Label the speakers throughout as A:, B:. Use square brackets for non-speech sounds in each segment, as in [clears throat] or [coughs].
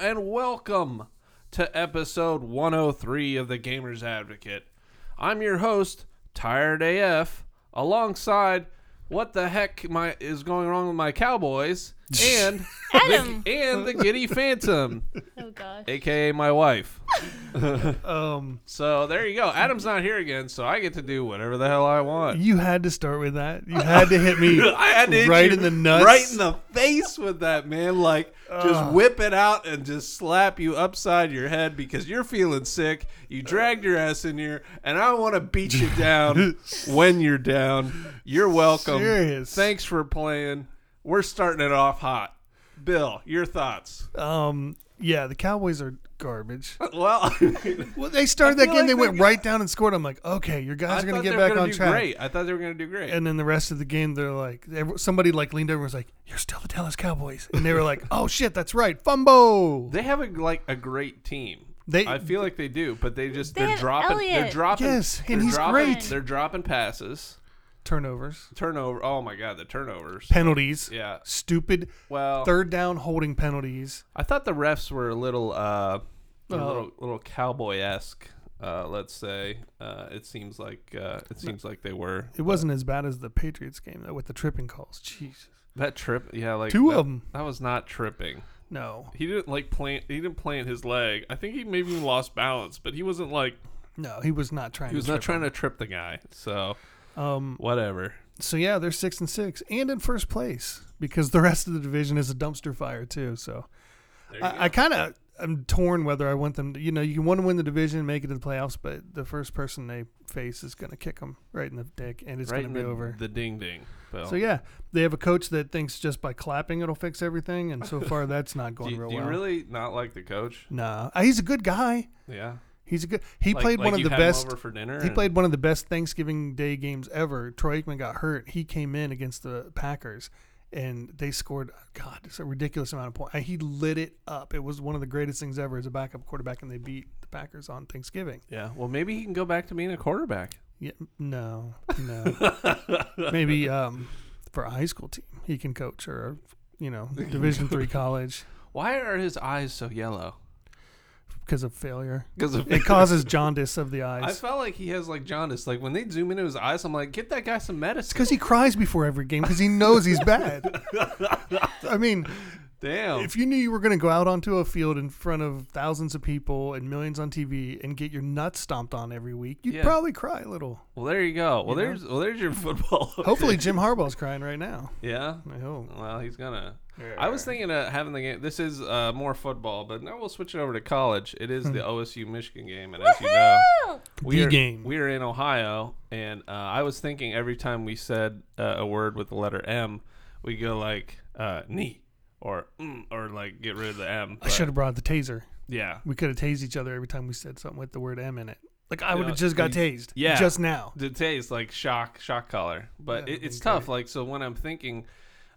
A: and welcome to episode 103 of the Gamers Advocate. I'm your host, Tired AF, alongside what the heck my is going wrong with my Cowboys and
B: [laughs] Adam.
A: the, and the Giddy Phantom,
B: [laughs] Oh gosh.
A: aka my wife.
C: Um,
A: So there you go. Adam's not here again, so I get to do whatever the hell I want.
C: you had to start with that. You had to hit
A: [laughs]
C: me.
A: I had to hit
C: Right
A: you
C: in the nuts.
A: right in the face with that man. Like just
C: Ugh.
A: whip it out and just slap you upside your head because you're feeling sick. You dragged your ass in here, and I want to beat you
C: [laughs]
A: down when you're down. You're welcome.
C: Serious.
A: Thanks for playing. We're starting it off hot. Bill, your thoughts?
C: Um, yeah, the Cowboys are garbage.
A: Well, [laughs]
C: Well, they started that
A: feel
C: game.
A: like
C: they
A: they
C: went
A: got-
C: right down and scored. I'm like, okay, your
A: I
C: guys are
A: thought
C: gonna
A: they
C: get
A: were
C: back
A: gonna
C: on
A: do
C: track.
A: Great. I thought they were going to do great.
C: And then the rest of the game, they're like, they, somebody like leaned over and was like, "You're still the Dallas Cowboys," and they
A: [laughs]
C: were like, "Oh shit, that's right, fumble."
A: They have a like a great team.
C: They-
A: I feel like they do, but they just
B: They
A: they are
B: have
A: dropping. They're
B: Elliott.
A: dropping.
C: Yes, and
A: they're
C: he's
A: dropping,
C: great.
A: They're dropping passes,
C: Turnovers,
A: turnover. Oh my god, the turnovers.
C: penalties,
A: Yeah.
C: stupid
A: Well,
C: third down holding penalties.
A: I thought the refs were a little, uh, a
C: Uh,
A: little, little cowboy esque. Uh, let's say uh, it seems like uh, it seems like they were
C: It wasn't as bad as the Patriots game though, with the tripping calls. Jeez,
A: that trip. Yeah, like
C: Two
A: that,
C: of 'em.
A: That was not tripping.
C: no,
A: He didn't like plant. He didn't plant his leg. I think he maybe even lost balance, but he wasn't like
C: no, he was not trying.
A: he was
C: to
A: not
C: trip
A: trying to trip the guy. So
C: him. Um,
A: whatever.
C: So yeah, they're six and six and in first place because the rest of the division is a dumpster fire too. So
A: There you go.
C: I, I kind of I'm torn whether I want them. To, you know, you can want to win the division, make it to the playoffs, but the first person they face is going to kick them right in the dick, and it's
A: right
C: going
A: in
C: to be
A: the,
C: over.
A: The ding ding. Bill.
C: so yeah, they have a coach that thinks just by clapping it'll fix everything, and so far that's not
A: [laughs] do,
C: going
A: you-
C: real
A: do you
C: well.
A: really not like the coach?
C: Nah, Uh, he's a good guy.
A: Yeah,
C: He's a good. He
A: Like-
C: played
A: like
C: one of
A: you
C: the
A: had him
C: best.
A: over for dinner.
C: He
A: and-
C: played one of the best Thanksgiving Day games ever. Troy Aikman got hurt. He came in against the Packers, and they scored God, it's a ridiculous amount of points. He lit it up. It was one of the greatest things ever as a backup quarterback, and they beat the Packers on Thanksgiving.
A: Yeah, well, maybe he can go back to being a quarterback.
C: Yeah, no, no.
A: [laughs]
C: Maybe um, for a high school team, he can coach or you know Division three college
A: Why are his eyes so yellow?
C: because
A: [laughs]
C: of failure.
A: Because
C: It causes jaundice of the
A: I
C: eyes.
A: felt like he has like jaundice. Like when they zoom into his eyes, I'm like, get that guy some
C: It's
A: medicine.
C: because he cries before every game because he knows he's
A: [laughs]
C: bad. I mean,
A: Damn.
C: if you knew you were going to go out onto a field in front of thousands of people and millions on TV and get your nuts stomped on every week, you'd
A: Yeah.
C: probably cry a little.
A: well, there you go. Well,
C: You know?
A: there's well, there's your [laughs] football. [laughs]
C: Hopefully, Jim Harbaugh's crying right now.
A: yeah.
C: I hope.
A: Well, he's gonna. I was thinking of having the game. This is uh, more football, but now we'll switch it over to college. It
C: Hmm.
A: is the OSU Michigan game, and as you know,
B: Woo!
A: we
C: The
A: are,
C: game.
A: We are in Ohio, and uh, I was thinking every time we said uh, a word with the letter M, we go like uh, knee or mm, or like get rid of the M.
C: I should have brought the taser.
A: Yeah.
C: We could have tased each other every time we said something with the word M in it. Like, I would
A: Yeah,
C: have just got
A: you-
C: tased.
A: yeah.
C: Just now.
A: The taste like shock shock collar, but
C: Yeah,
A: it, it's
C: okay.
A: tough. Like so, when I'm thinking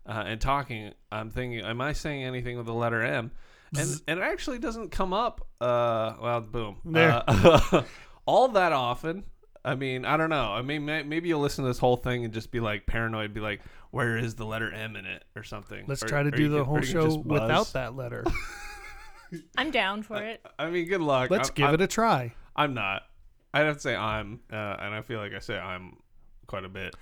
A: uh, and talking, I'm thinking, am I saying anything with the letter M?
C: [laughs]
A: And and it actually doesn't come up. Uh, well, boom.
C: There.
A: Uh, [laughs] all that often. I mean, I don't know. I mean, may, maybe you'll listen to this whole thing and just be like paranoid, be like, where is the letter M in it or something?
C: Let's
A: Or-
C: try to
A: or
C: do
A: you
C: the
A: can- or
C: whole
A: you can
C: show
A: just buzz.
C: without
A: [laughs]
C: that letter.
B: I'm down
A: Uh,
B: for it.
A: I mean, good luck.
C: Let's
A: I'm,
C: give
A: I'm,
C: it a try.
A: I'm not. I'd have to say I'm, uh, and I feel like I say I'm quite a bit.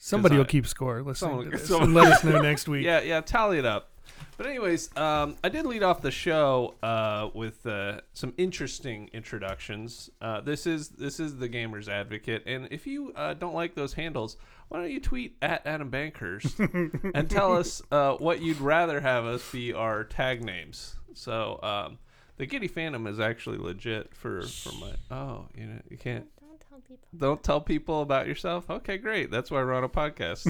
C: Somebody
A: I-
C: will keep score. Listening
A: someone-
C: to this
A: someone-
C: and let us know next week.
A: Yeah, yeah, tally it up. But anyways, um, I did lead off the show uh, with uh, some interesting introductions. Uh, this is this is the Gamers Advocate, and if you uh, don't like those handles, why don't you tweet at Adam Bankhurst and tell us uh, what you'd rather have us be our tag names. So um, the Giddy Phantom is actually legit for for my. Oh, you know you can't.
B: Don't tell people.
A: Don't tell people about yourself. Okay, great. That's why we're on a podcast.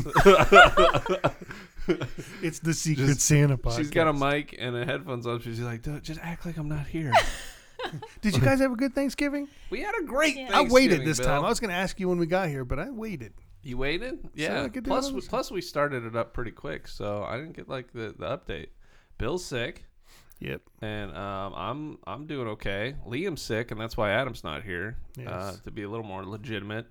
C: It's the Secret Santa podcast.
A: She's got a mic and a headphones on. She's like, "Dude, just act like I'm not here.
C: Did you guys have a good Thanksgiving?
A: [laughs] we had a great.
B: Yeah.
C: I waited
A: Thanksgiving,
C: this
A: Bill.
C: time. I was going to ask you when we got here, but I waited.
A: you waited? Yeah.
C: I could do
A: plus,
C: it
A: we, plus we started it up pretty quick, so I didn't get like the, the update. Bill's sick,
C: Yep.
A: and um, I'm I'm doing okay. Liam's sick, and that's why Adam's not here. Uh,
C: Yes.
A: to be a little more legitimate.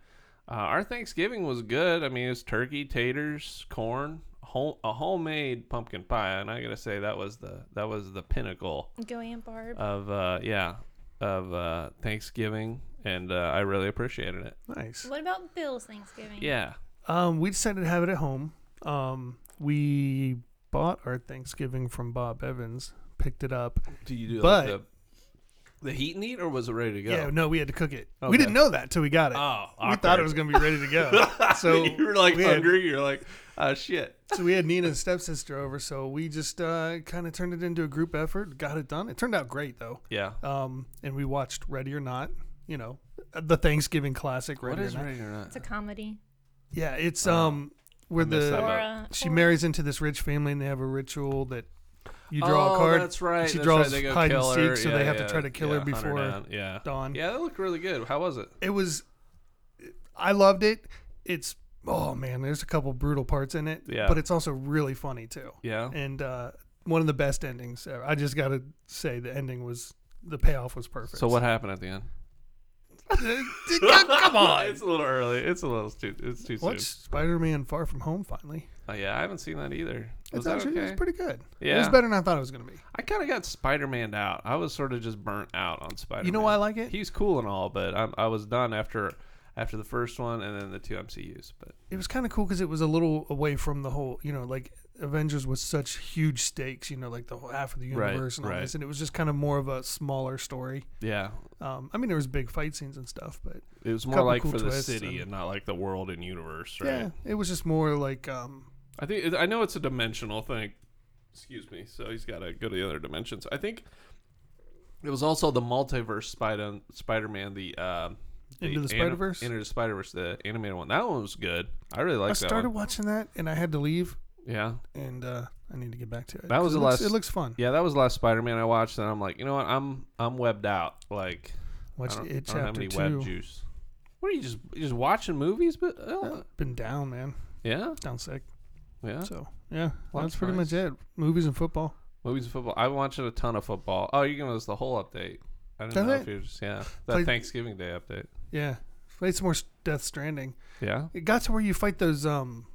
A: Uh, our Thanksgiving was good. I mean, it was turkey, taters, corn, home, a homemade pumpkin pie, and I gotta say that was the that was the pinnacle
B: Go Aunt Barb.
A: of uh, yeah of uh, Thanksgiving, and uh, I really appreciated it.
C: Nice.
B: what about Bill's Thanksgiving?
A: Yeah,
C: Um, we decided to have it at home. Um, we bought our Thanksgiving from Bob Evans, picked it up.
A: do you do
C: But-
A: like the the heat and eat, or was it ready to go?
C: Yeah, no, we had to cook it.
A: Okay.
C: We didn't know that till we got it.
A: Oh,
C: we thought
A: awkward. [laughs]
C: it was gonna be ready to go. So
A: you were like
C: we had-
A: hungry. You're like, oh shit.
C: so we had Nina's stepsister over, so we just uh, kind of turned it into a group effort, got it done. It turned out great though.
A: Yeah.
C: Um, and we watched Ready or Not, you know, the Thanksgiving classic Ready or Not.
A: ready or not?
B: It's a comedy.
C: Yeah, it's
A: Oh,
C: um where
A: messed that
C: the
A: up.
B: Or
A: about-
B: a,
C: she
B: or-
C: marries into this rich family and they have a ritual that you draw a card.
A: Oh, That's right.
C: she
A: that's
C: draws
A: right, they go
C: hide and
A: kill
C: seek,
A: her,
C: so
A: yeah,
C: they have to
A: yeah,
C: try to kill
A: yeah,
C: her
A: hunt
C: before
A: down, yeah.
C: dawn.
A: Yeah, that looked really good. How was it?
C: It was I loved it. It's oh man, there's a couple brutal parts in it,
A: Yeah. Oh.
C: but it's also really funny too.
A: Yeah.
C: And uh one of the best endings ever. I just got to say the ending was the payoff was perfect. [laughs]
A: So what happened at the [laughs] end? [laughs]
C: Come on.
A: it's a little early. It's a little too. It's too
C: Watch Spider-Man Far From Home finally.
A: soon. Oh, yeah, I haven't seen that either. Was
C: It's
A: that
C: actually
A: okay?
C: it's pretty good. It was
A: Yeah.
C: better than I thought it was going to be.
A: I kind of got Spider Man out. I was sort of just burnt out on Spider Man.
C: You know why I like it?
A: He's cool and all, but I'm, I was done after after the first one and then the two MCUs. But
C: it was kind of cool because it was a little away from the whole, you know, like Avengers was such huge stakes, you know, like the whole half of the
A: Right,
C: universe and all
A: right.
C: this, and it was just kind of more of a smaller story.
A: yeah,
C: Um, I mean, there was big fight scenes and stuff, but
A: it was more
C: Couple
A: like
C: cool
A: for the
C: twists
A: city and,
C: and-
A: not like the world and universe, right?
C: yeah, it was just more like, um,
A: I think I know it's a dimensional thing. Excuse me. So he's got to go to the other dimensions. I think it was also the multiverse Spider Spider Man the. Um,
C: Into
A: anim-
C: the Spider-Verse?
A: Into the Spider Verse, the animated one. That one was good. I really liked
C: I
A: that
C: started
A: one.
C: watching that and I had to leave,
A: Yeah,
C: and uh, I need to get back to it.
A: That was
C: 'cause
A: the
C: it looks,
A: last-
C: It looks fun.
A: yeah, that was the last Spider Man I watched, and I'm like, you know what? I'm I'm webbed out. Like, I
C: Watch
A: don't,
C: it
A: I don't have
C: chapter
A: any web
C: two.
A: juice. What are you just you just watching movies? But
C: Uh,
A: uh,
C: been down, man,
A: yeah,
C: down sick.
A: yeah.
C: So yeah,
A: Well,
C: that's
A: that's
C: pretty
A: nice.
C: much it. Movies and football.
A: Movies and football. I watched a ton of football. Oh, you're giving us the whole update. I didn't
C: Does
A: know
C: it?
A: if you were just yeah that
C: Play-
A: Thanksgiving Day update.
C: Yeah, played some more s- Death Stranding.
A: Yeah.
C: It got to where you fight those um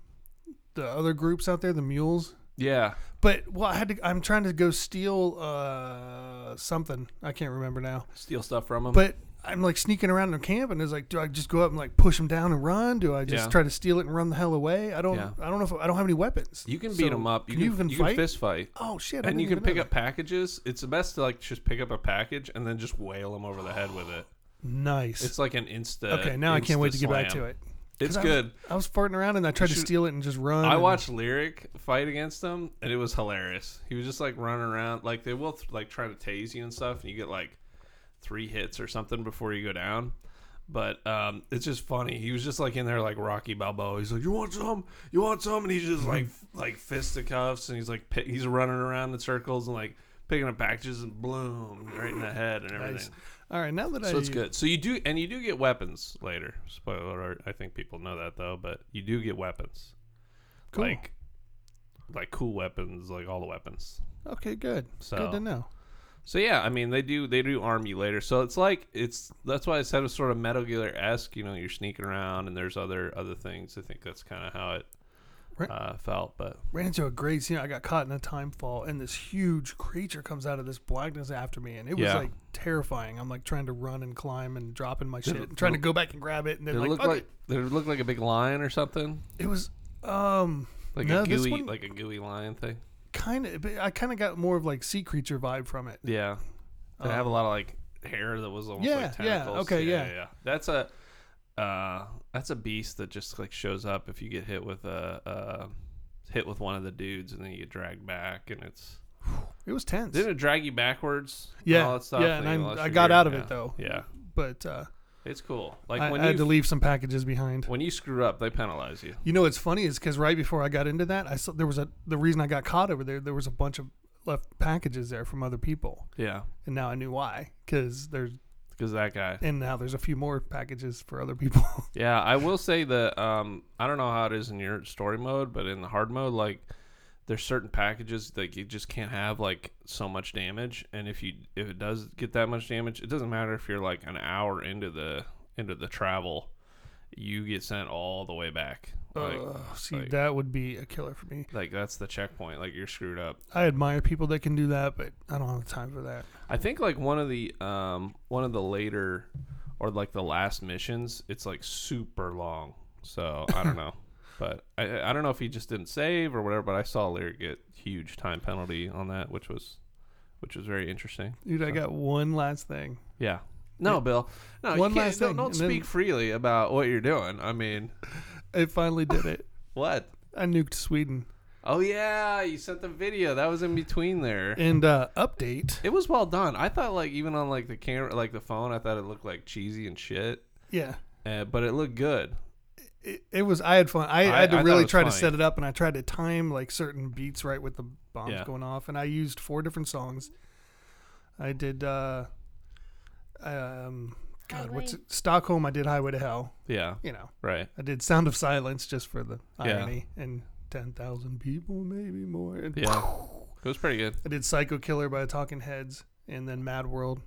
C: the other groups out there, the mules.
A: Yeah.
C: But well, I had to. I'm trying to go steal uh something. I can't remember now.
A: Steal stuff from them.
C: But I'm like sneaking around their camp, and it's like, do I just go up and like push them down and run? Do I just
A: Yeah.
C: try to steal it and run the hell away? I don't.
A: Yeah.
C: I don't know if I don't have any weapons.
A: you can beat
C: So,
A: them up. You can,
C: you even
A: you
C: fight?
A: can fist fight.
C: oh shit! I
A: And you can
C: didn't
A: pick
C: even know
A: up packages. It's the best to like just pick up a package and then just whale them over the head with
C: [sighs]
A: it.
C: that. Nice.
A: It's uh, like an insta.
C: okay, now I can't wait to get back to it.
A: It's
C: 'Cause I-
A: good.
C: I was farting around and I tried to
A: should-
C: steal it and just run.
A: I
C: and-
A: watched Lyric fight against him, and it was hilarious. He was just like running around, like they will like try to tase you and stuff, and you get like three hits or something before you go down. But um, it's just funny. He was just like in there, like Rocky Balboa. He's like, "You want some? You want some?" And he's just like, f- like fisticuffs, and he's like, pi- he's running around in circles and like picking up packages and bloom right in the head and everything.
C: Nice. All right, now that I
A: So it's good. So you do, and you do get weapons later. Spoiler alert. I think people know that though, but you do get weapons.
C: Cool.
A: Like, like cool weapons, like all the weapons.
C: Okay, good.
A: So-
C: Good to know.
A: So yeah, I mean they do they do arm you later. So it's like it's that's why I said it's sort of Metal Gear esque. You know, you're sneaking around and there's other other things. I think that's kind of how it
C: Right.
A: uh, felt. But
C: ran into a great scene. I got caught in a time fall, and this huge creature comes out of this blackness after me, and it was
A: Yeah.
C: like terrifying. I'm like trying to run and climb and dropping my shit,
A: it-
C: and trying to go back and grab it, and
A: it
C: then like,
A: looked
C: fuck
A: like
C: it.
A: it looked like a big lion or something,
C: it was um
A: like
C: No,
A: a
C: this
A: gooey
C: one-
A: like a gooey lion thing.
C: kind of. I kind of got more of like sea creature vibe from it.
A: Yeah. They have a lot of like hair that was almost
C: Um, Yeah,
A: like
C: yeah,
A: tentacles.
C: okay,
A: yeah,
C: yeah.
A: That's a uh that's a beast that just like shows up if you get hit with a uh hit with one of the dudes and then you get dragged back and it's
C: It was tense.
A: didn't it drag you backwards? and
C: Yeah,
A: all that stuff,
C: yeah, and
A: you
C: I'm-
A: lost
C: I
A: your
C: got
A: gear?
C: out of it,
A: Yeah,
C: though.
A: Yeah.
C: but uh,
A: It's cool. Like
C: I,
A: when
C: I had to
A: you
C: leave some packages behind.
A: when you screw up, they penalize you.
C: You know what's funny is because right before I got into that, I saw there was a the reason I got caught over there. There was a bunch of left packages there from other people,
A: Yeah.
C: and now I knew why. Because there's
A: Because that guy.
C: and now there's a few more packages for other people. [laughs]
A: Yeah, I will say that um, I don't know how it is in your story mode, but in the hard mode, like there's certain packages that you just can't have like so much damage, and if you if it does get that much damage, it doesn't matter if you're like an hour into the into the travel, you get sent all the way back. Like,
C: Ugh, see,
A: like-
C: that would be a killer for me.
A: like that's the checkpoint. Like you're screwed up.
C: I admire people that can do that, but I don't have the time for that.
A: I think like one of the um one of the later or like the last missions, it's like super long. So I don't
C: [laughs]
A: know. But I, I don't know if he just didn't save or whatever, but I saw Lyric get huge time penalty on that, which was which was very interesting.
C: Dude, I got one last thing.
A: Yeah. No,
C: Yeah.
A: Bill. No, you
C: One
A: can't-
C: last
A: don't,
C: thing,
A: don't
C: and then-
A: speak freely about what you're doing. I mean,
C: It finally did it.
A: what?
C: I nuked Sweden.
A: Oh yeah, you sent the video. That was in between there.
C: And uh, update.
A: It was well done. I thought like even on like the camera, like the phone, I thought it looked like cheesy and shit,
C: Yeah.
A: uh, but it looked good.
C: It, it was. I had fun. I,
A: I-
C: had to
A: I thought it
C: really
A: was
C: try to
A: funny.
C: set it up, and I tried to time like certain beats right with the bombs
A: Yeah.
C: going off. And I used four different songs. I did. Uh, um, God, what's it?
B: Highway.
C: Stockholm? I did Highway to Hell.
A: Yeah,
C: You know,
A: right.
C: I did Sound of Silence just for the
A: Yeah.
C: irony. And ten thousand people, maybe more. And
A: Yeah, it was pretty good.
C: I did Psycho Killer by Talking Heads, and then Mad World,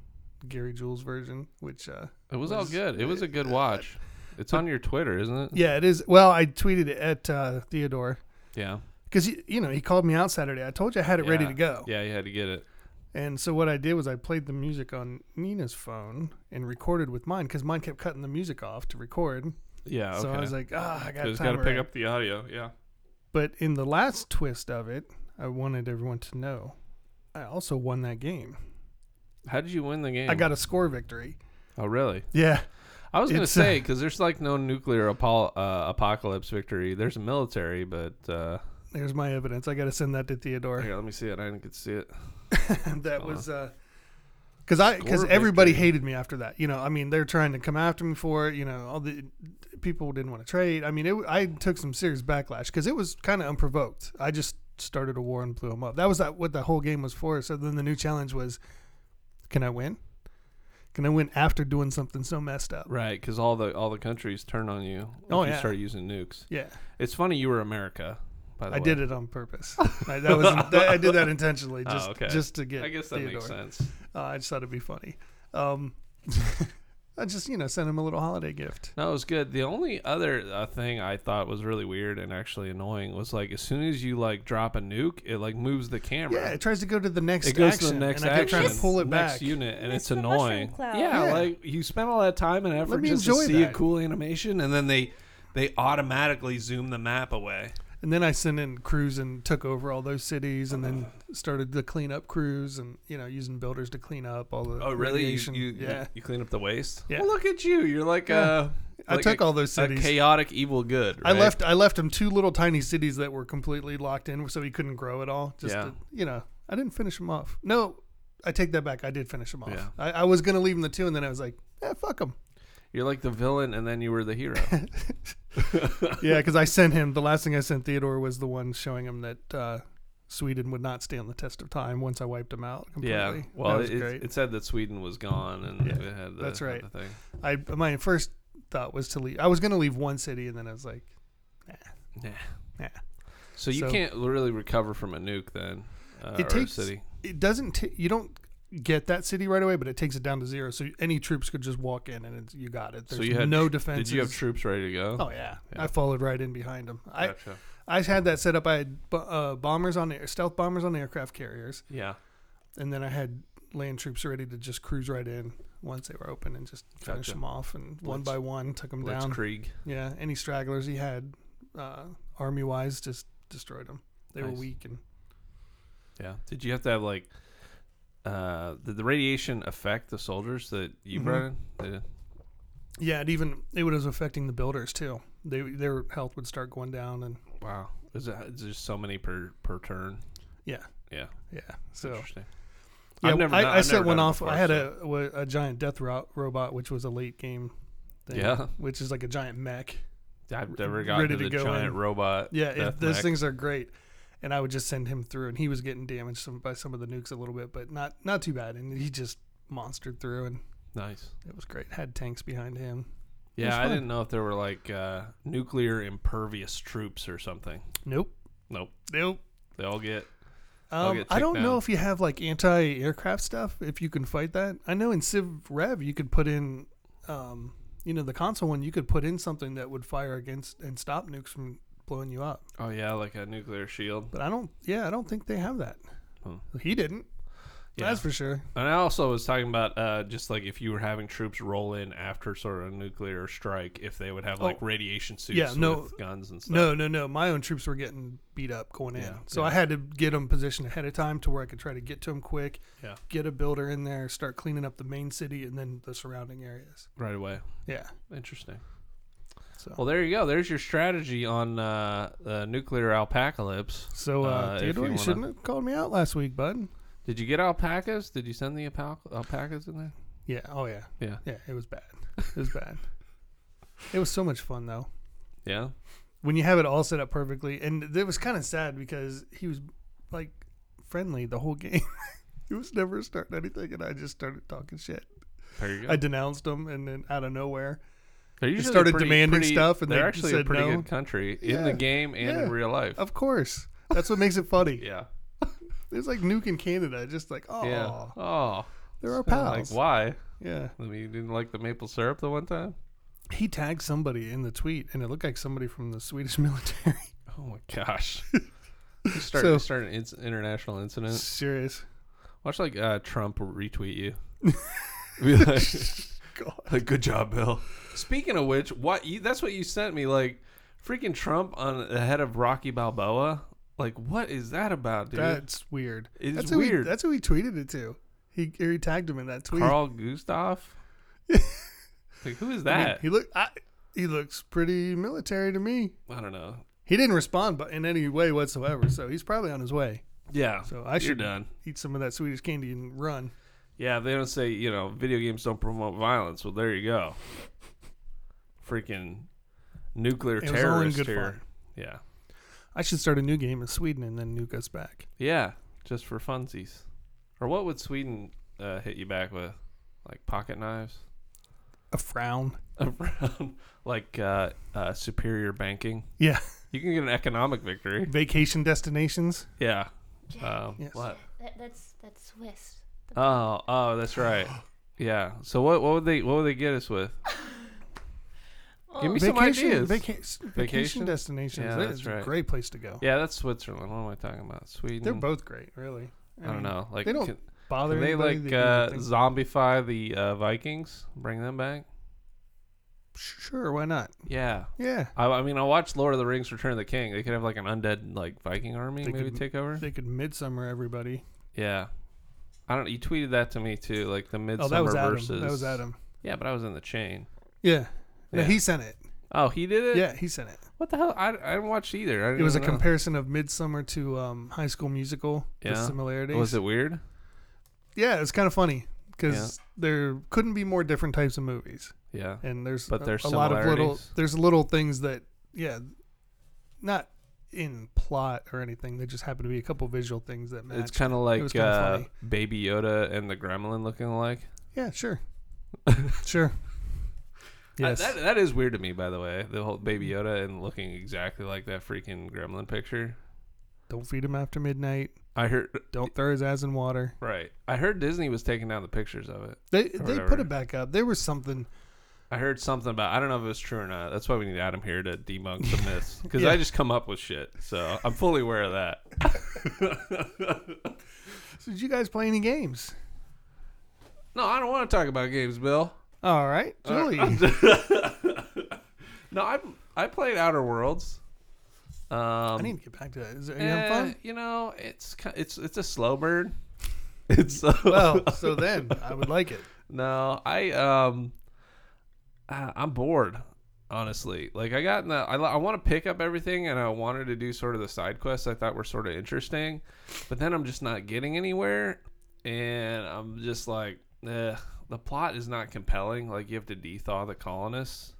C: Gary Jules version, which. uh
A: It was, all
C: Was-
A: good. It was a good watch. It's on your Twitter, isn't it?
C: Yeah, it is. Well, I tweeted it at uh, Theodore
A: Yeah,
C: because you know he called me out Saturday. I told you I had it ready
A: Yeah.
C: to go.
A: yeah. You had to get it.
C: And so what I did was I played the music on Nina's phone and recorded with mine because mine kept cutting the music off to record.
A: Yeah. Oh, Okay.
C: So I was like, ah, I got
A: just
C: time.
A: gotta pick
C: right."
A: up the audio. Yeah.
C: But in the last twist of it, I wanted everyone to know. I also won that game.
A: How did you win the game?
C: I got a score victory.
A: Oh, really?
C: Yeah,
A: I was gonna
C: It's, uh,
A: say because there's like no nuclear apo- uh, apocalypse victory. There's a military, but uh,
C: there's my evidence. I got to send that to Theodore.
A: here, let me see it. I didn't get to see it.
C: [laughs] that
A: Aw.
C: was uh because I because
A: Score
C: everybody
A: victory.
C: hated me after that. You know, I mean, they're trying to come after me for it. You know, all the people didn't want to trade. I mean, it, I took some serious backlash because it was kind of unprovoked. I just started a war and blew them up. That was that what the whole game was for. So then the new challenge was, can I win? Can I win after doing something so messed up?
A: Right, because all the all the countries turn on you if
C: Oh,
A: you
C: yeah.
A: start using nukes.
C: Yeah,
A: It's funny you were America. By the
C: I
A: way,
C: did it on purpose. I, that was that, I did that intentionally
A: [laughs] Oh,
C: just
A: okay.
C: just to get.
A: I guess that makes
C: Theodore.
A: sense.
C: Uh, I just thought it'd be funny. Um, I just you know sent him a little holiday gift.
A: No, it was good. The only other uh, thing I thought was really weird and actually annoying was like as soon as you like drop a nuke, it like moves the camera.
C: Yeah, it tries to go to the next.
A: it goes
C: action,
A: to the next
C: and I kept
A: action,
C: trying to pull it
A: next
C: back.
A: unit, and
B: Miss
A: it's
B: the mushroom
A: annoying.
B: cloud.
A: Yeah,
C: Yeah.
A: like you spend all that time and effort
C: me
A: just to
C: enjoy
A: see a
C: that.
A: cool animation, and then they they automatically zoom the map away.
C: And then I sent in crews and took over all those cities, and then
A: Uh.
C: started the cleanup crews, and you know using builders to clean up all the.
A: Oh, really? You,
C: radiation.
A: you,
C: yeah.
A: you clean up the waste?
C: Yeah.
A: Well, look at you. You're like
C: Yeah.
A: uh
C: I
A: like
C: took
A: a-
C: all those
A: a
C: cities.
A: chaotic evil good.
C: I
A: right?
C: left. I left him two little tiny cities that were completely locked in, so he couldn't grow at all. Just
A: Yeah.
C: to, you know, I didn't finish him off. No, I take that back. I did finish him off.
A: Yeah.
C: I, I was gonna leave him the two, and then I was like, eh,
A: [laughs]
C: fuck him.
A: You're like the villain, and then you were the hero.
C: yeah, because I sent him the last thing I sent Theodore was the one showing him that uh, Sweden would not stand the test of time once I wiped him out completely.
A: yeah. Well,
C: that was
A: it,
C: great.
A: it said that Sweden was gone, and
C: Yeah,
A: it had the,
C: that's
A: had
C: right.
A: the thing.
C: I my first thought was to leave. I was gonna leave one city, and then I was like,
A: Yeah.
C: Yeah.
A: So you
C: So-
A: can't really recover from a nuke then. Uh,
C: It
A: or a
C: takes-
A: city.
C: it doesn't. T- you don't get that city right away, but it takes it down to zero. So any troops could just walk in, and it's, you got it.
A: So
C: There's
A: you had
C: no
A: tr-
C: defense.
A: Did you have troops ready to go?
C: Oh yeah.
A: Yeah.
C: I followed right in behind him. I,
A: Gotcha.
C: I had that set up. I had bo- uh, bombers on air, stealth bombers on aircraft carriers,
A: Yeah.
C: and then I had land troops ready to just cruise right in once they were open and just finish
A: Gotcha.
C: them off and one
A: Blitz-
C: by one took them down.
A: Blitzkrieg.
C: yeah, any stragglers he had, uh, army wise, just destroyed them. They were
A: Nice.
C: weak and
A: Yeah. Did you have to have like? Uh, did the radiation affect the soldiers that you
C: Mhm.
A: brought in? They did?
C: yeah, it even it was affecting the builders too. They their health would start going down and
A: Wow. Is it, is there so many per per turn?
C: Yeah.
A: Yeah.
C: yeah. So
A: Interesting.
C: yeah,
A: I've never
C: I,
A: done-
C: I
A: I've
C: set
A: never
C: one
A: done it
C: off.
A: before,
C: I had
A: so-
C: a wa- a giant death ro- robot, which was a late game. Thing,
A: Yeah.
C: which is like a giant mech.
A: I've never gotten
C: ready
A: to the
C: to go
A: giant
C: in.
A: robot.
C: Yeah,
A: death
C: it, those
A: mech.
C: things are great. And I would just send him through, and he was getting damaged some, by some of the nukes a little bit, but not not too bad. And he just monstered through, and
A: Nice.
C: it was great. Had tanks behind him. was
A: Yeah, I
C: fun.
A: didn't know if there were like uh, nuclear impervious troops or something.
C: Nope.
A: Nope.
C: Nope.
A: They all get I'll
C: Um,
A: get
C: I
A: taken
C: don't know
A: down.
C: if you have like anti-aircraft stuff. If you can fight that, I know in Civ Rev you could put in um, you know, the console one, you could put in something that would fire against and stop nukes from blowing you up.
A: Oh yeah, like a nuclear shield.
C: But I don't. Yeah, I don't think they have that.
A: Hmm.
C: He didn't.
A: Yeah.
C: That's for sure.
A: And I also was talking about uh, just like if you were having troops roll in after sort of a nuclear strike, if they would have like radiation suits
C: Oh, Yeah, no-
A: with guns and stuff.
C: No, no, no. My own troops were getting beat up going in,
A: Yeah,
C: so
A: yeah.
C: I had to get them positioned ahead of time to where I could try to get to them quick.
A: Yeah.
C: Get a builder in there, start cleaning up the main city and then the surrounding areas.
A: Right away.
C: Yeah.
A: Interesting.
C: So.
A: Well, there you go. There's your strategy on uh, the nuclear alpacalypse.
C: so uh,
A: uh, if
C: Theodore,
A: you
C: you,
A: wanna-
C: shouldn't have called me out last week, bud.
A: Did you get alpacas? Did you send the alpaca- alpacas in there?
C: Yeah. Oh yeah.
A: Yeah.
C: Yeah. It was bad. It was bad. It was so much fun though.
A: Yeah.
C: when you have it all set up perfectly. And it was kind of sad because he was like friendly the whole [laughs] game. he was never starting anything, and I just started talking shit.
A: There you go.
C: I denounced him, and then out of nowhere,
A: They're usually
C: started
A: pretty-
C: demanding
A: pretty-
C: stuff and
A: they're
C: they
A: actually a
C: said
A: pretty
C: no.
A: good country in
C: Yeah.
A: the game and in
C: Yeah. Oh.
A: real life.
C: of course, that's what makes it funny.
A: [laughs] Yeah.
C: There's like Nuke in Canada, just like oh,
A: Yeah. Oh.
C: they're our
A: Kinda
C: pals.
A: Like why?
C: yeah,
A: I mean, you didn't like the maple syrup the one time?
C: he tagged somebody in the tweet, and it looked like somebody from the Swedish [laughs] military.
A: Oh my [laughs] gosh. you start
C: So-
A: you start an inc- international incident.
C: Serious,
A: Watch like uh, Trump retweet
C: [laughs]
A: you. Be like,
C: God,
A: like, good job, Bill. Speaking of which, what you, that's what you sent me like freaking Trump on the head of Rocky Balboa. Like what is that about, dude?
C: that's weird.
A: It is
C: that's who
A: weird.
C: He, that's who he tweeted it to. He, he tagged him in that tweet.
A: Carl
C: [laughs]
A: Gustav? like who is
C: I mean,
A: that? I,
C: he look. I, he looks pretty military to me.
A: don't know.
C: He didn't respond, but in any way whatsoever. So he's probably on his way.
A: Yeah.
C: So I
A: You're
C: should
A: done.
C: eat some of that Swedish candy and run.
A: Yeah, they don't say, you know, video games don't promote violence. Well, there you go. Freaking nuclear
C: It was all in
A: terrorist
C: good
A: here.
C: fun.
A: Yeah.
C: I should start a new game in Sweden and then nuke us back.
A: Yeah, just for funsies. Or what would Sweden uh, hit you back with? Like pocket knives? [laughs]
C: A frown.
A: Around like uh, uh, superior banking?
C: Yeah.
A: You can get an economic victory.
C: Vacation destinations.
A: Yeah.
B: Jack,
A: Um,
C: Yes.
A: What?
B: that, that's that's Swiss. The-
A: Oh, oh, that's right. Yeah. So what? What would they? What would they get us with?
B: Well,
A: me- some ideas.
C: vaca- s-
A: Vacation?
C: vacation destinations.
A: Yeah,
C: that
A: that's
C: is
A: right.
C: a great place to go.
A: Yeah, that's Switzerland. What am I talking about? Sweden.
C: They're both great, really.
A: I don't
C: mean,
A: know. Like
C: they don't
A: can-
C: Bother
A: Can they
C: anybody,
A: like
C: do
A: uh,
C: nothing.
A: zombify the uh, Vikings? Bring them back?
C: sure, why not?
A: Yeah.
C: Yeah.
A: I, I mean, I watched Lord of the Rings: Return of the King. They could have like an undead like Viking army
C: They
A: maybe
C: could-
A: take over.
C: They could midsummer everybody.
A: yeah. I don't. You tweeted that to me too, like the midsummer
C: Oh, that was Adam.
A: versus.
C: That was Adam.
A: Yeah, but I was in the chain.
C: Yeah. No,
A: Yeah.
C: he sent it.
A: Oh, he did it.
C: Yeah, he sent it.
A: What the hell? I, I didn't watch either. I didn't
C: It was a
A: even know.
C: comparison of Midsummer to um, High School Musical. The
A: Yeah.
C: similarities.
A: Was it weird?
C: Yeah, it's kind of funny because there couldn't be more different types of movies,
A: Yeah.
C: and there's
A: But
C: a,
A: there's
C: a lot of little
A: similarities.
C: there's little things that yeah, not in plot or anything. They just happen to be a couple visual things that match.
A: It's kind of
C: was
A: like
C: kinda
A: uh,
C: funny.
A: Baby Yoda and the Gremlin looking alike.
C: yeah,
A: [laughs]
C: sure, sure.
A: Uh,
C: Yes,
A: that, that is weird to me, by the way. The whole Baby Yoda and looking exactly like that freaking gremlin picture.
C: don't feed him after midnight.
A: I heard
C: Don't throw his ass in water.
A: right. I heard Disney was taking down the pictures of it.
C: They they put
A: whatever.
C: it back up. There was something.
A: I heard something about. I don't know if it was true or not. That's why we need Adam here to debunk the
C: [laughs]
A: myths because
C: Yeah.
A: I just come up with shit. So I'm fully aware of that.
C: So did you guys play any games?
A: No, I don't want to talk about games, Bill.
C: All right, Julie.
A: No, I I played Outer Worlds. Um,
C: I need to get back to that. Is it, are you
A: eh,
C: having fun?
A: you know, it's ki- it's it's a slow bird. [laughs] It's uh,
C: Well,
A: [laughs]
C: so then I would like it.
A: No, I um, uh, I'm bored. Honestly, like I got in the, I, li- I want to pick up everything, and I wanted to do sort of the side quests I thought were sort of interesting, but then I'm just not getting anywhere, and I'm just like, eh, the plot is not compelling. Like you have to dethaw the colonists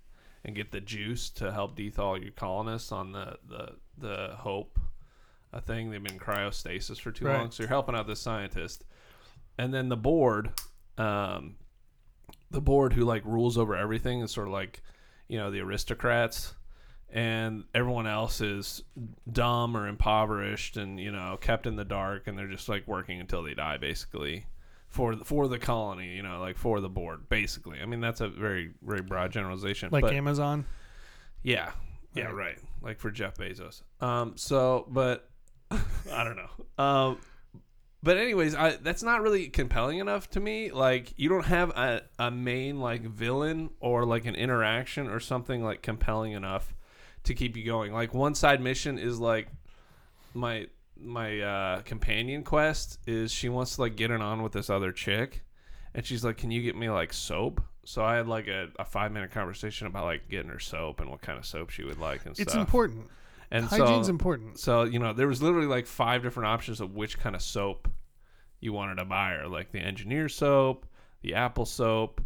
A: and get the juice to help dethaw your colonists on the the the hope, a thing they've been in cryostasis for too
C: Right.
A: long. So you're helping out this scientist, and then the board, um, the board who like rules over everything is sort of like, you know, the aristocrats, and everyone else is dumb or impoverished and you know kept in the dark, and they're just like working until they die, basically, for the, for the colony, you know, like for the board, basically. I mean, that's a very very broad generalization.
C: like
A: but
C: Amazon.
A: yeah, yeah,
C: Right.
A: right. Like for Jeff Bezos. Um. So, but I don't know. Um. But anyways, I, that's not really compelling enough to me. Like, you don't have a, a main like villain or like an interaction or something like compelling enough to keep you going. Like one side mission is like my my uh, companion quest is she wants to like get it on with this other chick, and she's like, "Can you get me like soap?" So I had like a, a five minute conversation about like getting her soap and what kind of soap she would like and
C: It's
A: stuff.
C: important.
A: And
C: Hygiene's
A: so
C: important.
A: so you know there was literally like five different options of which kind of soap you wanted to buy, or like the engineer soap, the apple soap,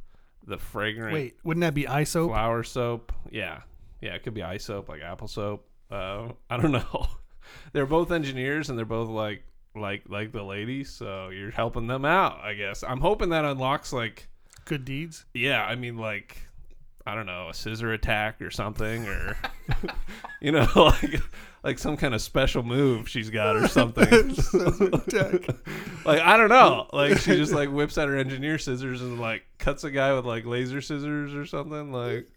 A: the fragrant
C: Wait, wouldn't that be ISO?
A: flour soap. Yeah, yeah, it could be ice soap, like apple soap. Uh, I don't [laughs] know. they're both engineers, and they're both like like like the ladies. So you're helping them out, I guess. I'm hoping that unlocks like [laughs]
C: Good deeds. [laughs]
A: yeah, I mean like I don't know a scissor attack or something, or you know [laughs] like like some kind of special move she's got or something. like I don't know. Like she just like whips out her engineer scissors and like cuts a guy with like laser scissors or something. Like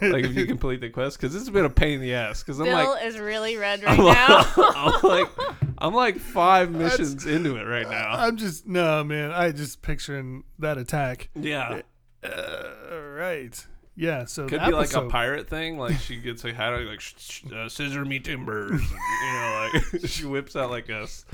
A: like if you complete the quest because it's been a pain in the ass. Because I'm
B: Bill
A: like [laughs]
B: is really red right
A: I'm like,
B: now.
A: I'm like I'm like five missions into it right
C: [laughs]
A: now.
C: I'm just no man. I just picturing that attack.
A: Yeah,
C: Uh, all right. Yeah. So
A: could
C: the
A: be like
C: episode-
A: a pirate thing. Like she gets like how do like sh- sh- uh, scissor me timbers. you know, like [laughs] she whips out like a s-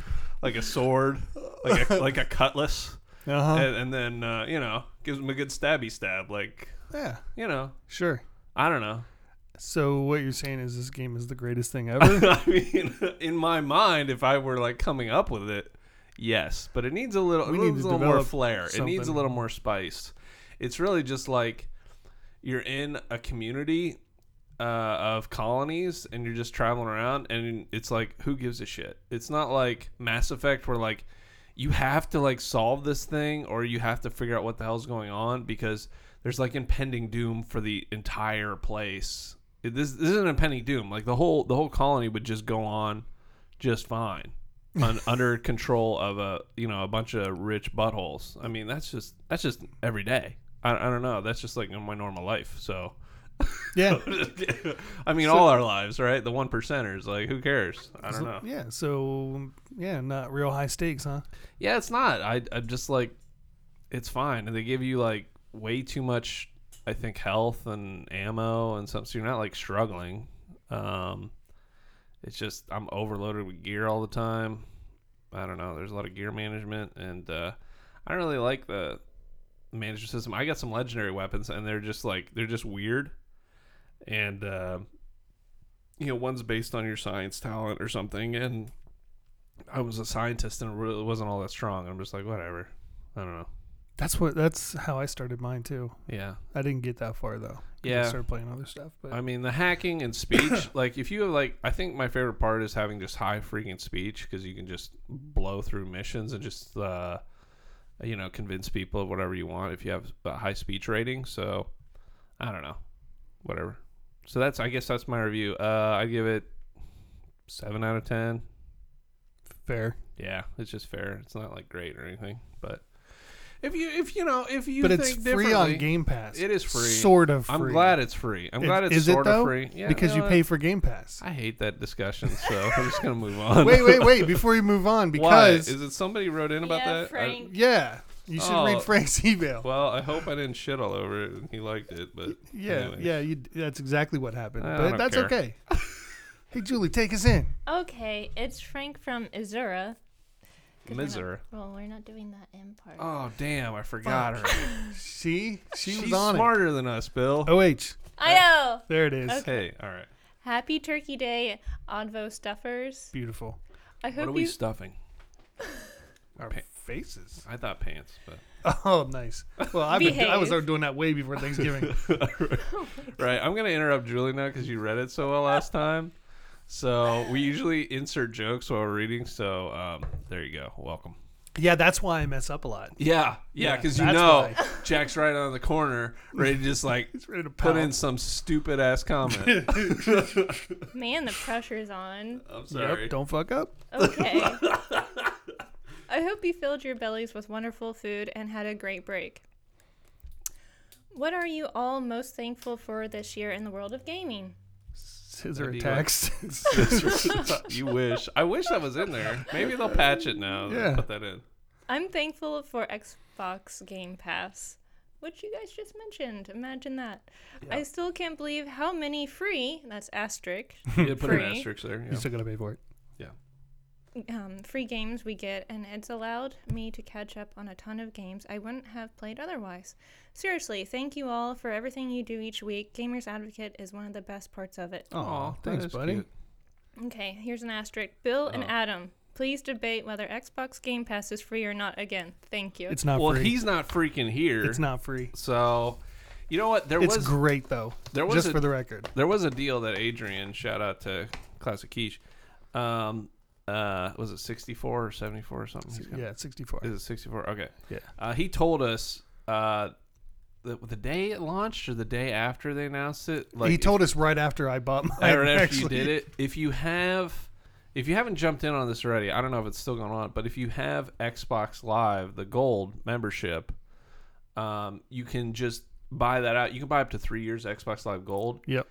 A: like a sword, like a, like a cutlass,
C: Uh-huh.
A: and, and then uh, you know gives him a good stabby stab. Like
C: Yeah.
A: you know.
C: Sure.
A: I don't know. [laughs]
C: So what you're saying is this game is the greatest
A: [laughs]
C: thing ever?
A: I mean, in my mind, if I were like coming up with it, yes, but it needs a little,
C: We
A: it
C: need
A: needs a
C: to
A: little more
C: develop
A: flair. It needs a
C: something.
A: little more spice. It's really just like you're in a community uh, of colonies and you're just traveling around, and it's like, who gives a shit? It's not like Mass Effect where like you have to like solve this thing or you have to figure out what the hell's going on because there's like impending doom for the entire place. It- This, this isn't impending doom. Like the whole the whole colony would just go on just fine, un, under control of a you know a bunch of rich buttholes. I mean that's just that's just every day. I, I don't know. That's just like in my normal life. So [laughs]
C: yeah.
A: I mean all our lives, right? The one percenters. Like who cares? I don't know.
C: Yeah. So yeah, not real high stakes, huh?
A: Yeah, it's not. I I'm just like, it's fine. And they give you like way too much, I think, health and ammo and something. So you're not like struggling. Um, it's just I'm overloaded with gear all the time. I don't know. There's a lot of gear management, and uh, I don't really like the management system. I got some legendary weapons, and they're just like they're just weird, and uh, you know, one's based on your science talent or something, and I was a scientist and really wasn't all that strong. I'm just like, whatever. I don't know.
C: That's what. That's how I started mine too.
A: Yeah.
C: I didn't get that far though. 'cause
A: Yeah.
C: I started playing other stuff, but
A: I mean, the hacking and
C: [coughs]
A: speech, like, if you have, like, I think my favorite part is having just high freaking speech because you can just blow through missions and just, uh, you know, convince people of whatever you want if you have a high speech rating. So, I don't know. Whatever. So, that's, I guess that's my review. Uh, I give it 7 out of 10.
C: fair.
A: Yeah, it's just fair. It's not, like, great or anything. But if you, if you know, if you
C: But
A: think
C: it's free on
A: differently-
C: Game Pass.
A: It is free.
C: Sort of. free.
A: I'm glad it's free. I'm
C: It-
A: glad it's
C: is it,
A: sort
C: though?
A: of free. Yeah,
C: because you
A: know
C: pay
A: what?
C: for Game Pass.
A: [laughs] I hate that discussion, so [laughs] I'm just gonna move on.
C: wait, wait, wait! Before you move on,
A: [laughs] Why
C: because
A: is it somebody wrote in [laughs] about
B: yeah,
A: that? Uh, I-
B: Frank.
C: yeah, you should
A: Oh.
C: read Frank's email.
A: well, I hope I didn't shit all over it and he liked it, but
C: yeah,
A: anyway.
C: yeah, you, that's exactly what happened.
A: I
C: But
A: don't
C: that's
A: care.
C: okay.
A: [laughs]
C: hey, Julie, take us in.
B: okay, it's Frank from Izura. 'Cause we're not-
A: Mizura.
B: Well, we're not doing that M part.
A: Oh damn, I forgot her.
C: See, she
A: She's
C: was on
A: smarter than us, Bill.
C: it. Oh, H.
B: I know.
C: There it is.
A: Hey, all right.
B: Happy Turkey Day, Onvo stuffers.
C: Beautiful.
B: I
A: What are
B: hope
A: we
B: you
A: stuffing?
C: Our
A: Pa-
C: faces.
A: I thought pants, but
C: [laughs] Oh, nice. Well, I've been, I was
B: Behave.
C: doing that way before Thanksgiving. [laughs]
A: right. I'm gonna interrupt Julie now because you read it so well last time. So we usually insert jokes while we're reading. So um, there you go. Welcome.
C: yeah, that's why I mess up a lot.
A: Yeah, yeah,
C: Yeah,
A: because you
C: that's
A: know
C: why. [laughs]
A: Jack's right on the corner, ready to just like
C: It's ready to
A: put in
C: pound.
A: some stupid ass
C: [laughs]
A: comment. [laughs]
B: Man, the pressure's on.
A: I'm
C: Yep,
A: sorry.
C: don't fuck up.
B: Okay. I hope you filled your bellies with wonderful food and had a great break. What are you all most thankful for this year in the world of gaming?
C: Scissor
A: Maybe
C: attacks.
A: [laughs]
C: [laughs]
A: you wish. I wish that was in there. Maybe they'll patch it now. They'll
C: Yeah.
A: Put that
C: [laughs]
A: in.
B: I'm thankful for Xbox Game Pass, which you guys just mentioned. Imagine that. I still can't believe how many free, that's asterisk,
A: Yeah, put an
B: Free.
A: asterisk there.
C: You
A: Yeah.
C: still gotta pay for it.
B: um, free games we get, and it's allowed me to catch up on a ton of games I wouldn't have played otherwise. Seriously, thank you all for everything you do each week. Gamers Advocate is one of the best parts of it.
A: Aw, that
C: thanks,
A: is
C: buddy.
A: cute.
B: Okay, here's an asterisk. Bill
A: Oh.
B: and Adam, please debate whether Xbox Game Pass is free or not again. Thank you.
C: It's not
A: Well,
C: free.
A: he's not freaking here.
C: it's not free.
A: So, you know what? There
C: It's
A: was
C: great though.
A: there was
C: just
A: a-
C: for the record.
A: there was a deal that Adrian, shout out to Classic Quiche, um, uh, was it 64 or 74 or something? He's got-
C: Yeah, sixty four.
A: Is it 64? Okay.
C: Yeah.
A: Uh, he told us uh, the, the day it launched or the day after they announced it. Like
C: he
A: if-
C: told us right after
A: [laughs]
C: I bought mine.
A: or after
C: actually.
A: you did it. If you have, if you haven't jumped in on this already, I don't know if it's still going on, but if you have Xbox Live, the Gold membership, um, you can just buy that out. You can buy up to three years Xbox Live Gold,
C: Yep.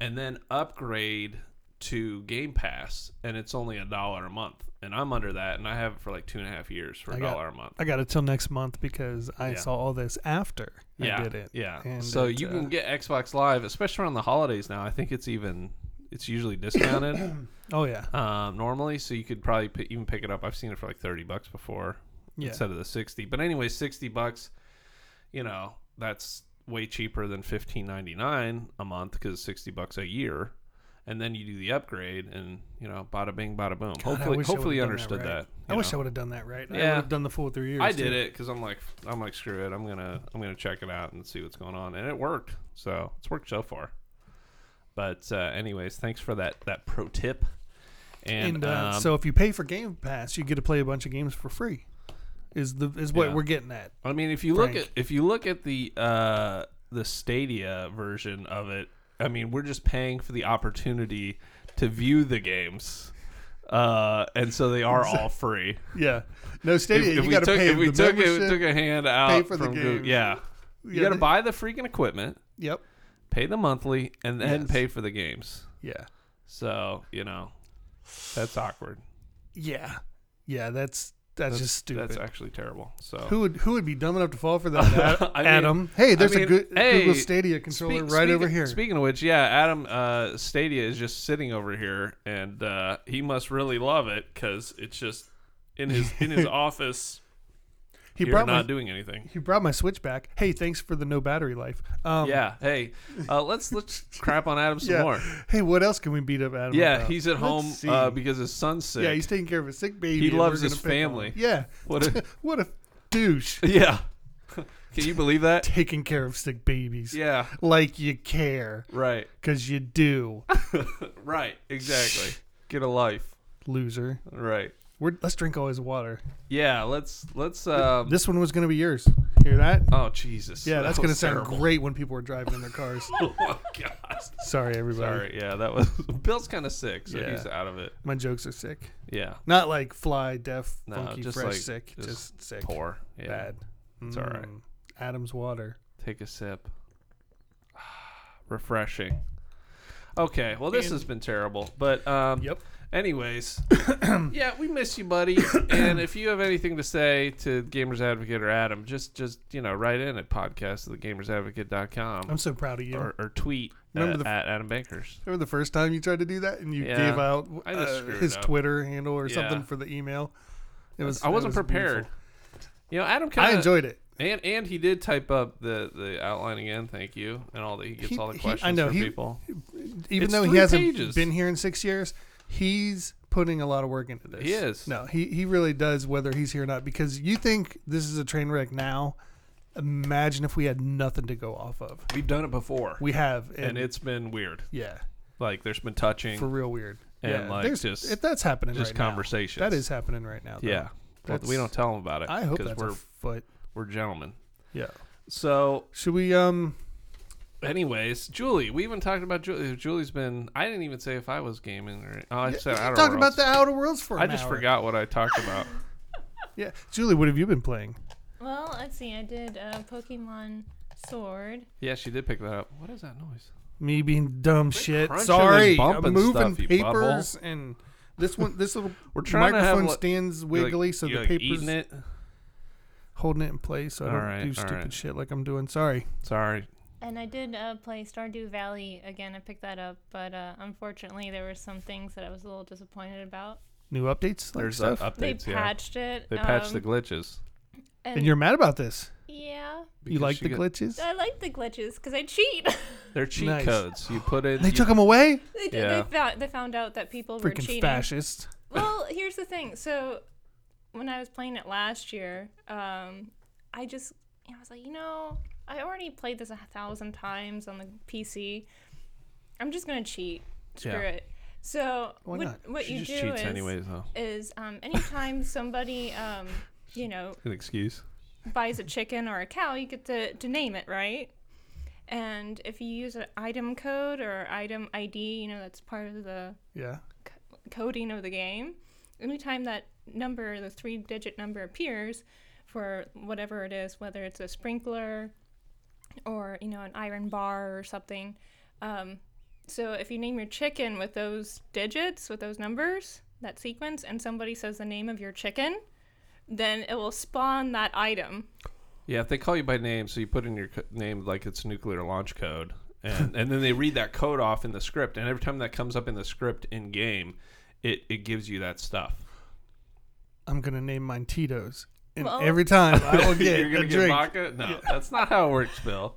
A: and then upgrade to Game Pass, and it's only a dollar a month. And I'm under that, and I have it for like two and a half years for
C: I
A: a
C: got-
A: dollar a month.
C: I got it till next month because I
A: Yeah.
C: saw all this after
A: yeah,
C: I did it.
A: yeah.
C: And
A: so
C: it,
A: you
C: uh,
A: can get Xbox Live, especially around the holidays now. I think it's even it's usually discounted.
C: [coughs] Oh yeah.
A: um, normally, so you could probably p- even pick it up. I've seen it for like thirty bucks before
C: Yeah.
A: instead of the sixty. But anyway, sixty bucks, you know, that's way cheaper than fifteen ninety nine a month because sixty bucks a year, and then you do the upgrade, and you know, bada bing, bada boom.
C: God, I
A: hopefully,
C: wish I
A: hopefully you
C: would've done
A: understood
C: right.
A: that.
C: I
A: you
C: wish I
A: know.
C: would have done that right. I
A: Yeah.
C: would have done the full three years.
A: I did
C: too.
A: it because I'm like, I'm like, screw it. I'm gonna, I'm gonna check it out and see what's going on, and it worked. So it's worked so far. But uh, anyways, thanks for that that pro tip. And,
C: And, uh,
A: um,
C: so if you pay for Game Pass, you get to play a bunch of games for free. Is the is what
A: Yeah.
C: we're getting at?
A: I mean, if you look
C: Frank.
A: at if you look at the uh, the Stadia version of it, I mean, we're just paying for the opportunity to view the games, uh, and so they
C: [laughs]
A: are all free.
C: Yeah. No Stadia.
A: if, if
C: you
A: we
C: got to
A: took
C: pay
A: if we
C: the
A: took, if we
C: membership.
A: took a hand out
C: for the
A: from Google,
C: games.
A: yeah, you
C: Yeah,
A: got to
C: they-
A: buy the freaking equipment,
C: Yep.
A: pay the monthly, and then
C: Yes.
A: pay for the games.
C: Yeah.
A: So you know, that's awkward.
C: Yeah. Yeah. That's that's, just stupid.
A: That's actually terrible. So
C: who would who would be dumb enough to
A: [laughs]
C: fall for that? Ad-
A: I mean-
C: Adam. Hey, there's
A: mean,
C: a good
A: hey,
C: Google Stadia controller
A: Speak-
C: right
A: speak-
C: over here.
A: Speaking of which, yeah, Adam uh, Stadia is just sitting over here, and uh, he must really love it because it's just in his in
C: [laughs]
A: his office.
C: he
A: here,
C: brought
A: not
C: my
A: doing anything.
C: he brought my Switch back. Hey, thanks for the no battery life. Um,
A: Yeah. Hey, uh, let's
C: [laughs]
A: let's crap on Adam some
C: yeah.
A: more.
C: Hey, what else can we beat up Adam?
A: Yeah,
C: about?
A: he's at
C: Let's
A: home
C: see.
A: uh, because his son's sick.
C: yeah, he's taking care of a sick baby.
A: He
C: and we're
A: loves his
C: gonna pick on him.
A: family.
C: Yeah.
A: [laughs] What a-
C: [laughs] what a douche
A: [laughs] yeah. [laughs] Can you believe
C: [laughs]
A: that?
C: taking care of sick babies.
A: Yeah.
C: Like you care,
A: Right.
C: cause you do,
A: Right. Exactly.
C: [laughs]
A: Get a life.
C: loser.
A: Right.
C: We're, let's drink all his water.
A: Yeah. Let's let's. Um,
C: This one was gonna be yours. Hear that?
A: oh Jesus.
C: Yeah,
A: That
C: that's gonna
A: was
C: sound [laughs]
A: terrible.
C: great when people are driving in
A: [laughs]
C: their cars.
A: oh my God.
C: Sorry, everybody.
A: Sorry, yeah, that was [laughs] Bill's kind of sick, so
C: Yeah.
A: he's out of it.
C: My jokes are sick.
A: Yeah,
C: Not like fly, deaf,
A: No,
C: funky,
A: just
C: fresh,
A: like-
C: sick.
A: just
C: Just, sick.
A: poor. Yeah,
C: Bad.
A: It's all right.
C: Mm. Adam's water.
A: Take a sip. [sighs] Refreshing. Okay, well this has been terrible, but um,
C: Yep. [coughs]
A: Anyways, [coughs] yeah, we miss you, buddy. and if you have anything to say to Gamers Advocate or Adam, just just you know write in at podcast at
C: I'm so proud of you.
A: or, or tweet
C: Remember
A: uh,
C: the-
A: at Adam Bankers.
C: Remember the first time you tried to do that and you
A: Yeah.
C: gave out
A: I just
C: uh,
A: screwed
C: his
A: up.
C: Twitter handle or something
A: Yeah.
C: for the email? It was.
A: I
C: it
A: wasn't
C: was
A: prepared.
C: beautiful.
A: You know, Adam
C: I
A: kind of
C: enjoyed it.
A: And and he did type up the the outline again. Thank you, and all that he gets
C: He-
A: all the
C: he- I
A: questions
C: know,
A: from
C: he-
A: people.
C: Even
A: It's
C: though he
A: three
C: hasn't
A: pages.
C: been here in six years, he's putting a lot of work into this.
A: He is.
C: No, he he really does. Whether he's here or not, because you think this is a train wreck now. Imagine if we had nothing to go off of.
A: We've done it before,
C: We have,
A: and, it's been weird.
C: yeah,
A: Like there's been touching
C: for real weird.
A: and
C: yeah,
A: like
C: there's-
A: just
C: if that's happening
A: just
C: right
A: conversations.
C: now, that is happening right now. though.
A: yeah. Well,
C: That's-
A: we don't tell him about it.
C: I hope
A: 'cause
C: that's
A: we're
C: a foot.
A: we're gentlemen.
C: Yeah.
A: So,
C: Should we um?
A: anyways, Julie, we even talked about Julie. Julie's been. I didn't even say if I was gaming or. Oh, I said
C: we
A: I don't
C: talked about the Outer Worlds for.
A: I
C: an
A: just
C: hour. [laughs]
A: forgot what I talked about.
C: Yeah, Julie, what have you been playing?
B: Well, let's see. I did uh, Pokemon Sword.
A: Yeah, she did pick that up. What is that noise?
C: Me being dumb shit.
A: crunching and
C: Sorry,
A: bumping
C: I'm moving
A: stuff, you
C: papers and this one. This little
A: [laughs] We're trying to have
C: microphone
A: li-
C: stands
A: You're like-
C: wiggly, so
A: you're
C: the
A: like
C: papers
A: eating it.
C: holding it in place. So I
A: All
C: don't
A: right, all
C: do stupid
A: right.
C: shit like I'm doing. Sorry.
A: Sorry.
B: And I did uh, play Stardew Valley again. I picked that up, but uh, unfortunately, there were some things that I was a little disappointed about.
C: New updates. Like
A: There's uh,
C: stuff.
A: updates.
B: They
A: yeah.
B: patched it.
A: They patched
B: um,
A: the glitches.
B: and,
C: and you're mad about this.
B: yeah.
C: you
A: because
C: like
A: she
C: the
A: got-
C: glitches?
B: I like the glitches because I cheat. [laughs]
A: They're cheat
C: Nice.
A: codes. You put in.
C: They
A: you-
C: took them away.
B: they, did,
A: Yeah.
B: they found they found out that people were
C: Freaking
B: cheating.
C: fascists.
B: Well, here's the thing. So when I was playing it last year, um, I just I was like, you know, I already played this a thousand times on the PC. I'm just gonna cheat. Screw
A: Yeah.
B: it. So
C: Why
B: what,
C: not?
B: what
A: she
B: you
A: just
B: do
A: cheats
B: is
A: anyways, though.
B: is um, anytime somebody um, you know
A: An excuse.
B: buys a chicken or a cow, you get to, to name it, right? And if you use an item code or item ID, you know that's part of the
C: Yeah.
B: coding of the game. Anytime that number, the three digit number appears for whatever it is, whether it's a sprinkler or, you know, an iron bar or something. Um, so if you name your chicken with those digits, with those numbers, that sequence, and somebody says the name of your chicken, then it will spawn that item.
A: Yeah, if they call you by name, so you put in your co- name like it's nuclear launch code, and, and then they read that code off in the script, and every time that comes up in the script in game, it, it gives you that stuff. [laughs]
C: I'm gonna name mine Tito's, and
B: Well-
C: every time I
A: [laughs]
C: will get
A: You're
C: a
A: gonna get
C: drink.
A: vodka? No, that's not how it works, Bill.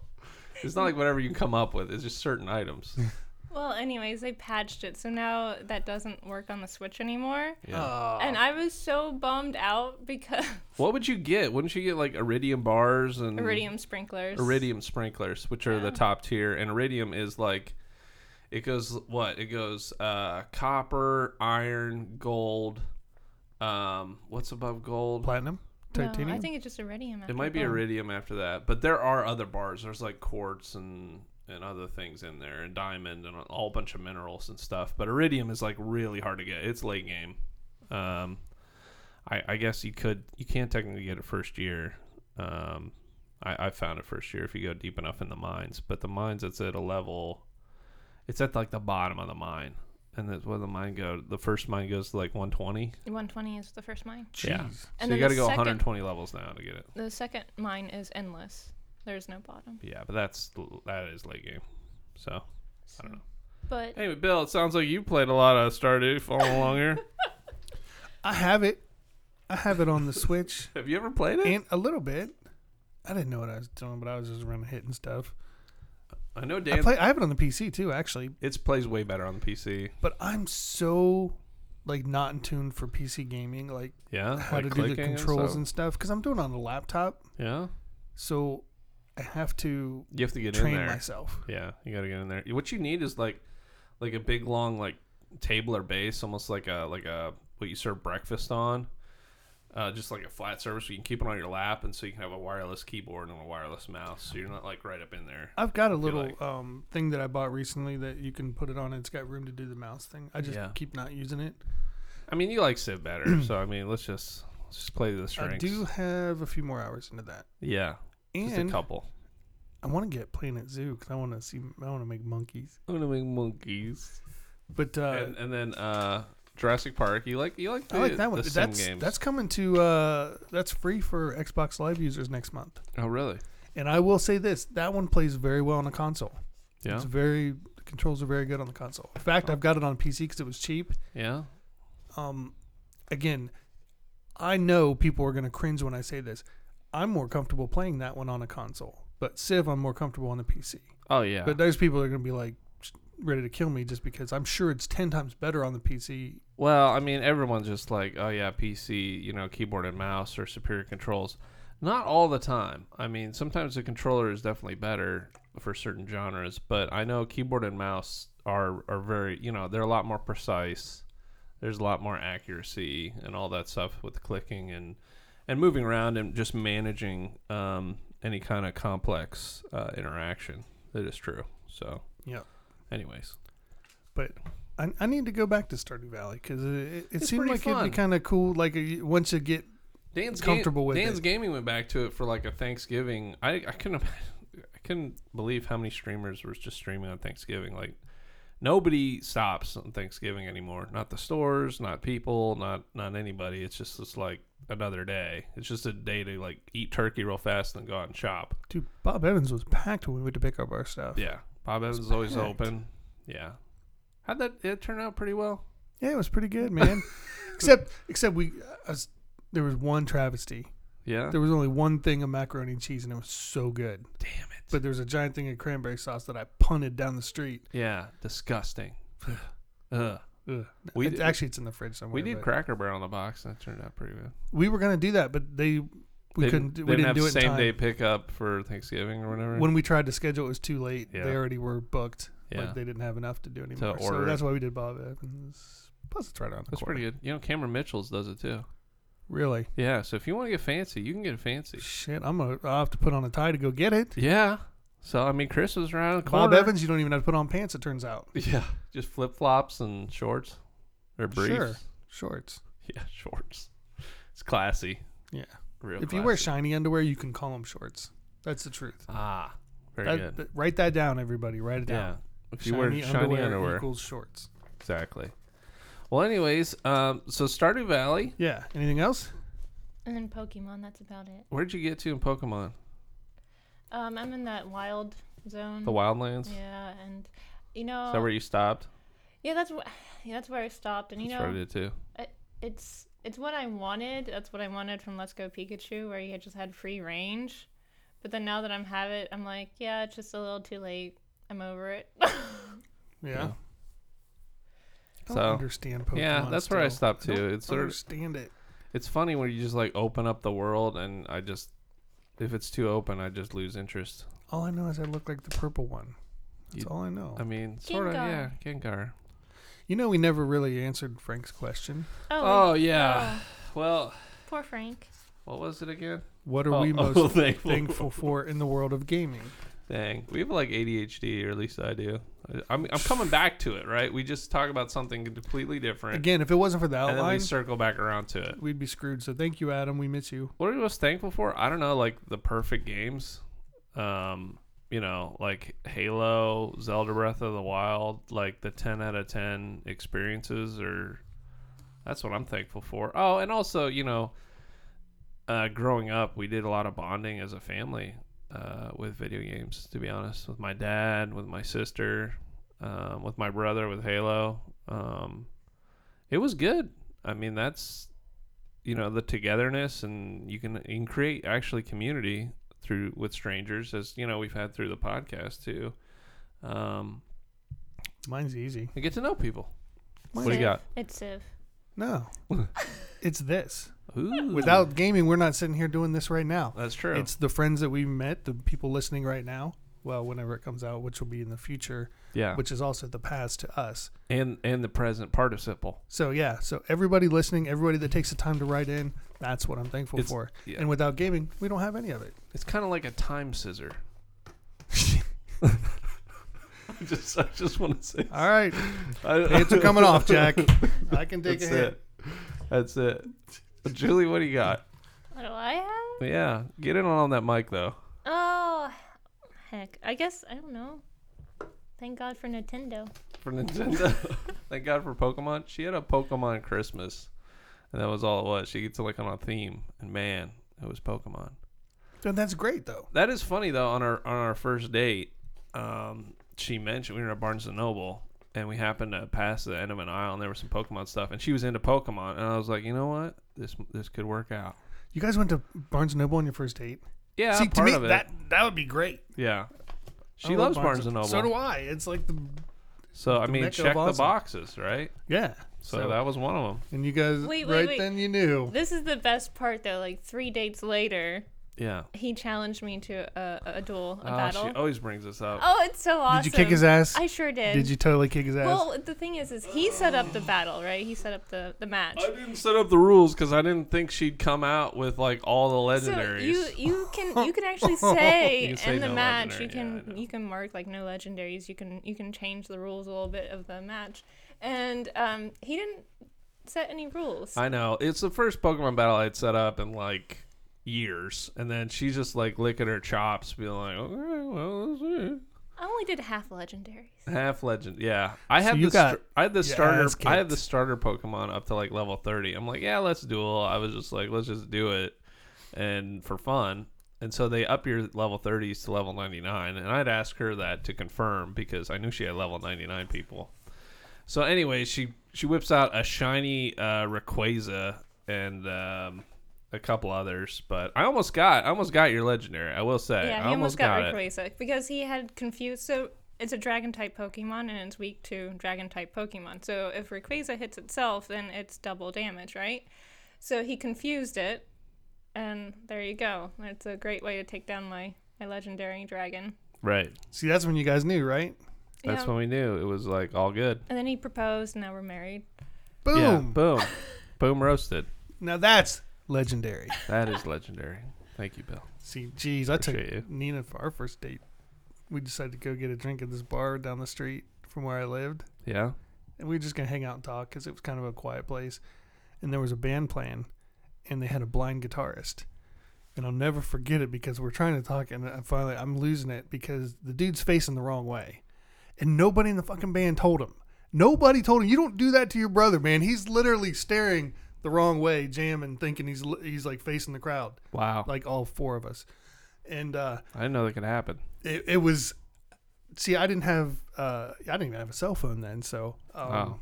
A: It's not like whatever you come up with. It's just certain
C: [laughs]
A: items.
B: Well, anyways, they patched it, so now that doesn't work on the Switch anymore.
A: Yeah.
B: And I was so bummed out because [laughs]
A: what would you get? Wouldn't you get like iridium bars and
B: Iridium sprinklers.
A: Mm. iridium sprinklers, which are the top tier? And iridium is like it goes what? It goes uh, copper, iron, gold. Um, what's above gold?
C: platinum, titanium.
B: No, I think it's just iridium.
A: It might be iridium after that, but there are other bars. There's like quartz and and other things in there, and diamond, and a whole bunch of minerals and stuff. But iridium is like really hard to get. It's late game. Um, I, I guess you could you can't technically get it first year. Um, I, I found it first year if you go deep enough in the mines, but the mines it's at a level, it's at like the bottom of the mine, and that's where the mine go. The first mine goes to like 120.
B: 120 is the first mine.
C: Jeez.
A: Yeah.
B: And
A: so
B: then
A: you got to
B: the
A: go
B: second-
A: 120 levels now to get it.
B: The second mine is endless. There's no bottom.
A: Yeah, but that's that is late game. So I don't know.
B: But
A: Anyway, Bill, it sounds like you played a lot of Stardew following along here.
C: I have it. I have it on the Switch
A: [laughs] Have you ever played it?
C: and a little bit. I didn't know what I was doing, but I was just running hitting stuff.
A: I know
C: I
A: Dan.
C: play. I have it on the PC too, actually.
A: it plays way better on the PC.
C: But I'm so like not in tune for PC gaming, like
A: Yeah,
C: how
A: like
C: to do the
A: clicking
C: controls
A: stuff.
C: and stuff, because I'm doing it on a laptop.
A: yeah,
C: So I have to
A: you have to get in
C: train
A: there.
C: myself.
A: Yeah, you got to get in there. What you need is like like a big long like table or base, almost like a like a what you serve breakfast on. Uh, just like a flat surface, so you can keep it on your lap, and so you can have a wireless keyboard and a wireless mouse, so you're not like right up in there.
C: I've got a
A: feel
C: little
A: like-
C: um, thing that I bought recently that you can put it on. It's got room to do the mouse thing. I just
A: Yeah.
C: keep not using it.
A: I mean, you like Civ
C: [clears throat]
A: better, so I mean, let's just let's just play to the strengths.
C: I do have a few more hours into that,
A: Yeah, just a
C: and
A: couple.
C: I want to get Planet Zoo because I want to see. I want to make monkeys.
A: I'm gonna make monkeys.
C: But uh,
A: and, and then uh, Jurassic Park. You like you like the,
C: I like that one.
A: the sim
C: That's
A: games.
C: that's coming to uh, that's free for Xbox Live users next month.
A: oh really?
C: And I will say this: that one plays very well on a console.
A: Yeah,
C: It's very the controls are very good on the console. In fact, I've got it on PC because it was cheap.
A: yeah.
C: Um, again, I know people are going to cringe when I say this. I'm more comfortable playing that one on a console, but Civ I'm more comfortable on the PC.
A: Oh yeah.
C: But those people are going to be like ready to kill me just because I'm sure it's ten times better on the PC.
A: well, I mean, everyone's just like, oh yeah, PC. You know, keyboard and mouse are superior controls. Not all the time. I mean, sometimes the controller is definitely better for certain genres, but I know keyboard and mouse are are very. You know, they're a lot more precise. There's a lot more accuracy and all that stuff with clicking and and moving around and just managing um, any kind of complex uh, interaction. That is true. So,
C: Yeah.
A: anyways,
C: But I, I need to go back to Stardew Valley because it, it
A: It's
C: seemed
A: pretty
C: like it'd
A: fun.
C: be kind of cool. Like uh, you- once you get
A: Dan's
C: comfortable
A: ga-
C: with
A: Dan's
C: it.
A: gaming went back to it for like a Thanksgiving. I I couldn't [laughs] I couldn't believe how many streamers were just streaming on Thanksgiving. Like nobody stops on Thanksgiving anymore. Not the stores, not people, not not anybody. It's just it's like another day. It's just a day to like eat turkey real fast and go out and shop.
C: Dude, Bob Evans was packed when we went to pick up our stuff.
A: Yeah, Bob Evans is always
C: packed.
A: open. Yeah, how'd that it turn out pretty well?
C: Yeah, it was pretty
A: [laughs]
C: good, man. except, except we, I was, there was one travesty.
A: Yeah,
C: There was only one thing of macaroni and cheese, and it was so good.
A: damn it.
C: But there was a giant thing of cranberry sauce that I punted down the street.
A: Yeah, disgusting. [sighs] Ugh.
C: Ugh.
A: We
C: It-
A: did-
C: actually, it's in the fridge somewhere.
A: We did
C: but-
A: Cracker Barrel in the box, and that turned out pretty good.
C: We were gonna do that, but they we
A: They
C: couldn't.
A: didn't-
C: we
A: they
C: didn't
A: have
C: do it in
A: same
C: time.
A: day pickup for Thanksgiving or whatever.
C: When we tried to schedule, it was too late.
A: Yeah.
C: They already were booked.
A: yeah,
C: Like they didn't have enough to do anymore.
A: order
C: so
A: it.
C: that's why we did Bob Evans. Plus, it's right on. The
A: that's
C: corner.
A: pretty good. You know, Cameron Mitchell's does it too.
C: Really.
A: Yeah, so if you want to get fancy, you can get fancy.
C: Shit, I'm gonna. I have to put on a tie to go get it.
A: Yeah. So I mean, Chris was around the
C: Bob
A: corner.
C: Evans, you don't even have to put on pants. It turns out.
A: [laughs] Yeah, just flip flops and shorts or briefs.
C: Sure. Shorts.
A: [laughs] Yeah, shorts. It's classy.
C: Yeah.
A: Real.
C: if you wear
A: classy.
C: shiny underwear, you can call them shorts. That's the truth.
A: ah, very
C: That-
A: good.
C: that- write that down, everybody. Write it
A: yeah.
C: down.
A: If you wear shiny underwear,
C: equals shorts.
A: exactly. Well, anyways, um, so Stardew Valley.
C: Yeah. Anything else?
B: And then Pokemon, that's about it.
A: Where'd you get to in Pokemon?
B: Um, I'm in that wild zone.
A: The Wildlands.
B: Mm. Yeah, and you
A: Is
B: know,
A: that where you stopped?
B: yeah, that's wh- yeah, that's where I stopped, and you
A: That's
B: know,
A: where I did too.
B: it's it's what I wanted. That's what I wanted from Let's Go Pikachu, where you just had free range. But then now that I'm have it, I'm like, yeah, it's just a little too late. I'm over it. [laughs]
C: Yeah.
A: Yeah.
C: I don't
A: So-
C: understand Pokemon.
A: yeah, that's where I
C: still.
A: stopped
C: I
A: too.
C: don't
A: It's sort of
C: understand it.
A: it's funny when you just like open up the world and I just if it's too open, I just lose interest.
C: All I know is I look like the purple one. That's
A: You-
C: all I know.
A: I mean, sort of yeah,
B: Gengar.
A: Gengar.
C: you know, we never really answered Frank's question.
B: oh,
A: Oh yeah. Well,
B: poor Frank.
A: what was it again?
C: What are
A: Oh, [laughs]
C: we
A: oh,
C: most
A: thankful.
C: thankful for in the world of gaming?
A: Dang, we have like ADHD, or at least I do. I- I'm I'm coming back to it, right? We just talk about something completely different,
C: Again, if it wasn't for the
A: and then we
C: outline,
A: circle back around to it.
C: we'd be screwed. So thank you, Adam. We miss you.
A: what are we most thankful for? I don't know, like the perfect games. Um, you know, like Halo, Zelda Breath of the Wild, like the 10 out of 10 experiences or that's what I'm thankful for. Oh, and also, you know, uh, growing up, we did a lot of bonding as a family uh, with video games, to be honest, with my dad, with my sister, um, with my brother, with Halo. Um, it was good. I mean, that's you know the togetherness and you can, you can create actually community through with strangers as you know we've had through the podcast too um
C: Mine's easy.
A: and get to know people
C: Mine's
A: what do you got
B: It's Civ.
A: [laughs]
C: No, it's this.
A: Ooh,
C: Without gaming, we're not sitting here doing this right now.
A: that's true
C: It's the friends that we met, the people listening right now. Well, whenever it comes out, which will be in the future,
A: yeah
C: which is also the past to us.
A: and and the present participle
C: So yeah, so everybody listening, everybody that takes the time to write in, that's what I'm thankful
A: It's-
C: for.
A: yeah.
C: And without gaming, we don't have any of it.
A: it's kind of like a time scissor I just i just want to say
C: All right,
A: I-
C: pants are coming
A: [laughs]
C: off, Jack. I can [laughs] take
A: that's
C: a hit.
A: it that's it julie what do you got
B: What do I have?
A: yeah get in on that mic though
B: Oh, heck. I guess I don't know. Thank God for Nintendo.
A: for Nintendo. [laughs] Thank God for Pokemon. She had a Pokemon Christmas, and that was all it was. She gets like on a theme, and man, it was Pokemon.
C: And that's great though.
A: That is funny though. On our on our first date, um, she mentioned we were at Barnes and Noble, and we happened to pass the end of an aisle, and there was some Pokemon stuff, and she was into Pokemon, and I was like, you know what, this this could work out.
C: You guys went to Barnes and Noble on your first date.
A: Yeah,
C: See, to
A: part
C: me,
A: of it.
C: that that would be great.
A: yeah.
C: I
A: She loves
C: love
A: Barnes and Noble.
C: So
A: So,
C: do I. It's like the
A: I mean,
C: mecca
A: check
C: of
A: the
C: awesome.
A: boxes, right?
C: yeah.
A: So, that was one of them.
C: and you guys
B: Wait, wait,
C: right
B: wait.
C: then you knew.
B: This is the best part, though. Like, three dates later,
A: Yeah.
B: he challenged me to a, a duel, a
A: Ah,
B: battle.
A: she always brings us up.
B: Oh, it's so awesome.
C: Did you kick his ass?
B: I sure did.
C: Did you totally kick his ass?
B: Well, the thing is, is he set up the battle, right? He set up the, the match.
A: I didn't set up the rules because I didn't think she'd come out with like all the
B: So
A: legendaries.
B: you you can you can
A: [laughs]
B: actually
A: You
B: say,
A: can say
B: in the
A: no
B: match you
A: legendary, yeah,
B: can
A: I know.
B: you can mark like no legendaries. You can you can change the rules a little bit of the match, and um, he didn't set any rules.
A: I know. It's the first Pokemon battle I'd set up in like years. And then she's just like licking her chops, being like, okay, well, let's see.
B: I only did half legendaries.
A: Half legend, yeah. I had
C: you
A: the
C: got
A: str- I had the
C: your
A: starter.
C: ass
A: I had
C: kicked.
A: the starter Pokemon up to like level thirty. I'm like, yeah, let's duel. I was just like, let's just do it, and for fun. And so they up your level thirties to level ninety nine, and I'd ask her that to confirm because I knew she had level ninety nine people. So anyway, she she whips out a shiny uh, Rayquaza and um, a couple others, but I almost got I almost got your legendary. I will say,
B: yeah,
A: I
B: he almost got,
A: it.
B: Rayquaza because he had confused. So it's a dragon type Pokemon and it's weak to dragon type Pokemon. So if Rayquaza hits itself, then it's double damage, right? So he confused it, and there you go. It's a great way to take down my, my legendary dragon.
A: Right.
C: See, that's when you guys knew, right?
A: That's
B: Yeah.
A: when we knew it was like all good.
B: And then he proposed, and now we're married.
C: Boom.
A: Yeah,
C: [laughs]
A: boom. boom roasted.
C: Now that's legendary.
A: That is legendary. Thank you, Bill.
C: See, geez, I took
A: Appreciate
C: Nina for our first date. We decided to go get a drink at this bar down the street from where I lived,
A: Yeah.
C: and we were just gonna hang out and talk because it was kind of a quiet place. And there was a band playing, and they had a blind guitarist, and I'll never forget it because we're trying to talk, and I finally I'm losing it because the dude's facing the wrong way, and nobody in the fucking band told him. Nobody told him you don't do that to your brother, man. He's literally staring the wrong way, jamming, thinking he's he's like facing the crowd,
A: Wow.
C: like all four of us, and. uh
A: I didn't know that could
C: [laughs]
A: happen.
C: it, it was see i didn't have uh i didn't even have a cell phone then so um,
A: Wow.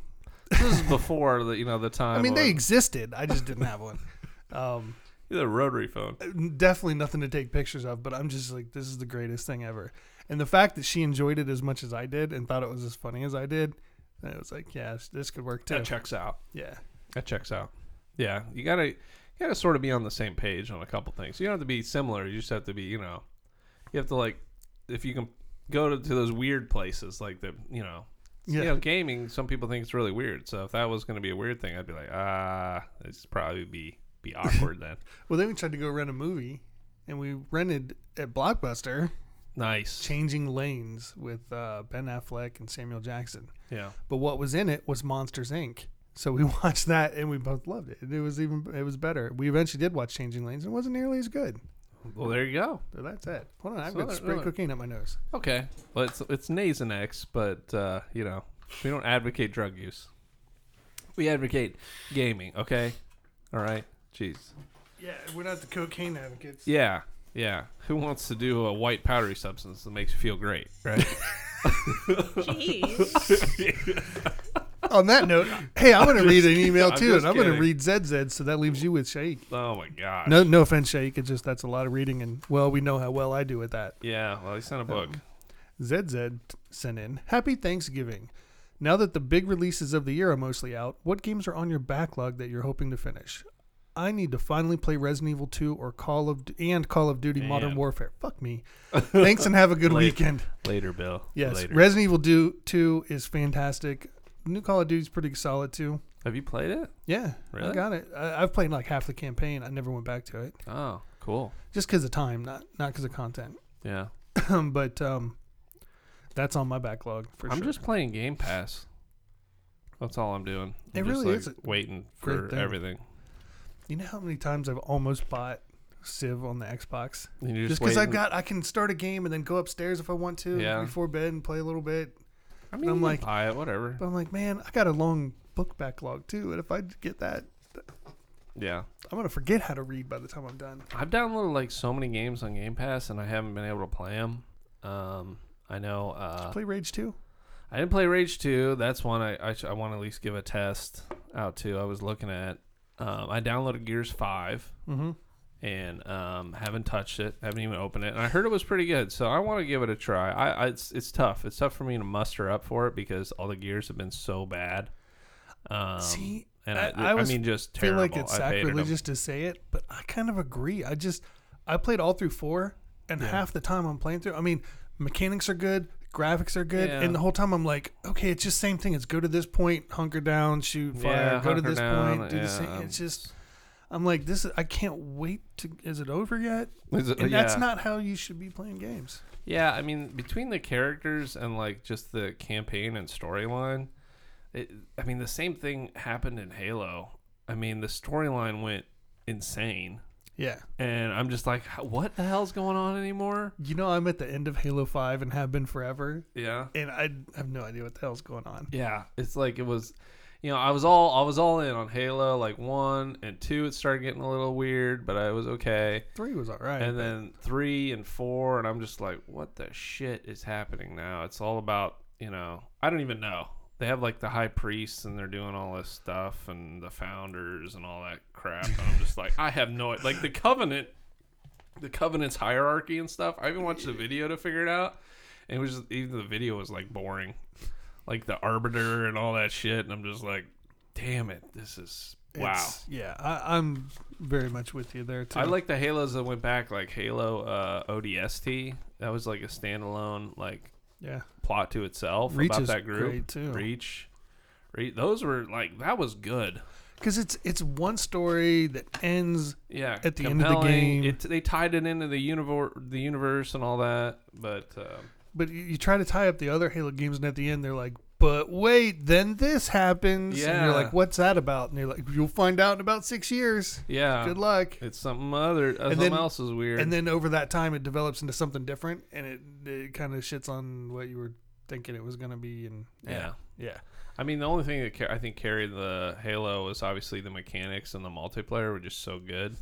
A: This is before the you know the time.
C: i mean they
A: when-
C: existed i just didn't have one um
A: the rotary phone.
C: definitely nothing to take pictures of but i'm just like this is the greatest thing ever and the fact that she enjoyed it as much as i did and thought it was as funny as i did it was like yeah this- this could work too
A: That checks out.
C: yeah
A: That checks out. Yeah, you gotta you gotta sort of be on the same page on a couple things. You don't have to be similar. You just have to be you know, you have to like if you can go to, to those weird places like the you know.
C: Yeah.
A: You know, gaming. Some people think it's really weird. So if that was going to be a weird thing, I'd be like, ah, it's probably be be awkward then.
C: well then we tried to go rent a movie and we rented at blockbuster
A: Nice.
C: changing lanes with uh, ben affleck and samuel jackson
A: Yeah.
C: but what was in it was Monsters Inc. So we [laughs] watched that and we both loved it. It was even it was better. We eventually did watch Changing Lanes and it wasn't nearly as good.
A: Well, there you go.
C: So that's it. Hold on, I've
A: So
C: got
A: there-
C: spray
A: there-
C: cocaine up my nose.
A: Okay. Well, it's it's Nasonex, but uh, you know we don't advocate drug use. We advocate gaming. Okay. All right. Jeez.
C: Yeah, we're not the cocaine advocates.
A: Yeah. Yeah. Who wants to do a white powdery substance that makes you feel great? Right.
C: [laughs]
B: Jeez.
C: On that [laughs] note, hey, I'm gonna read an email
A: I'm
C: too,
A: just
C: and I'm gonna
A: kidding.
C: read ZZ. So that leaves you with Shake.
A: oh my god.
C: No, no offense, Shake. It's just that's a lot of reading, and well, we know how well I do with that.
A: Yeah. Well, he sent a book.
C: ZZ sent in Happy Thanksgiving. Now that the big releases of the year are mostly out, what games are on your backlog that you're hoping to finish? I need to finally play Resident Evil 2 or Call of and Call of Duty Modern
A: And.
C: Warfare.
A: [laughs]
C: Fuck me. Thanks and have a good
A: Later.
C: weekend.
A: Later, Bill.
C: Yes,
A: Later.
C: Resident Evil do, 2 is fantastic. New Call of Duty's pretty solid too.
A: Have you played it?
C: Yeah, I
A: Really?
C: got it. I, I've played like half the campaign. I never went back to it
A: Oh, cool.
C: just because of time, not not because of content. [laughs]
A: Yeah.
C: but um, that's on my backlog for
A: I'm
C: sure.
A: just playing Game Pass. That's all I'm doing.
C: It
A: I'm just,
C: really
A: like,
C: is a
A: waiting
C: great
A: for
C: thing.
A: everything.
C: You know how many times I've almost bought Civ on the Xbox?
A: And you're
C: Just because I've
A: waiting.
C: got, I can start a game and then go upstairs if I want to
A: Yeah.
C: before bed and play a little bit.
A: I mean,
C: I'm
A: I'm
C: like-
A: like, buy it, whatever.
C: But I'm like, man, I got a long book backlog too, and if I get that,
A: Yeah,
C: I'm gonna forget how to read by the time I'm done.
A: I've downloaded like so many games on Game Pass, and I haven't been able to play them. Um, I know uh,
C: Play Rage 2.
A: I didn't play Rage Two. That's one I I, sh- I want to at least give a test out to. I was looking at. Um, I downloaded Gears Five
C: Mm-hmm.
A: and um, haven't touched it. Haven't even opened it. And I heard it was pretty good, so I want to give it a try. I, I it's it's tough. It's tough for me to muster up for it because all the gears have been so bad. Um,
C: See,
A: and
C: I-
A: I,
C: I was-
A: mean just
C: I feel
A: terrible.
C: like it's
A: I've hated 'em.
C: sacrilegious to say it, but I kind of agree. I just, I played all through four, and
A: Yeah.
C: half the time I'm playing through. I mean, mechanics are good, graphics are good,
A: Yeah.
C: and the whole time I'm like, okay, it's just same thing. It's go to this point, hunker down, shoot fire,
A: Yeah,
C: go to
A: hunker
C: this
A: down,
C: point, do the same.
A: yeah.
C: It's just, I'm like, this. Is, I can't wait to. Is it over yet?
A: Is it-
C: And that's
A: Uh, yeah.
C: not how you should be playing games.
A: Yeah, I mean, between the characters and like just the campaign and storyline, It, I mean, the same thing happened in Halo. I mean, the storyline went insane,
C: Yeah.
A: and I'm just like, "How- what the hell's going on anymore?
C: You know, I'm at the end of Halo 5 and have been forever,
A: Yeah,
C: and I have no idea what the hell's going on.
A: yeah. It's like it was, you know, I was all I was all in on Halo, like one and two. It started getting a little weird, but I was okay.
C: 3 was all right.
A: and then three and four, and I'm just like, what the shit is happening now? It's all about, you know, I don't even know. They have like the high priests, and they're doing all this stuff, and the founders, and all that crap. And I'm just like, I have no like the covenant, the covenant's hierarchy and stuff. I even watched the video to figure it out, and it was just, even the video was like boring, like the arbiter and all that shit. And I'm just like, damn it, this is wow.
C: It's- yeah, I, I'm very much with you there, too.
A: I like the Halos that went back, like Halo uh, ODST. That was like a standalone like
C: Yeah.
A: plot to itself
C: Reach
A: about
C: is
A: that group.
C: great, too.
A: Reach, Re- those were like that was good.
C: Because it's, it's one story that ends
A: Yeah,
C: At the end of the
A: compelling.
C: game-
A: it, they tied it into the universe, the universe, and all that. But um,
C: but you, you try to tie up the other Halo games, and at the end they're like, "But wait, then this happens." And
A: Yeah.
C: you're like, "What's that about?" And you're like, "You'll find out in about six years.
A: yeah,
C: Good luck."
A: It's something other. Uh, something
C: then-
A: else is weird.
C: And then over that time, it develops into something different, and it it kind of shits on what you were thinking it was gonna be. And
A: yeah.
C: yeah,
A: I mean, the only thing that ca- I think carried the Halo was obviously the mechanics and the multiplayer were just so good.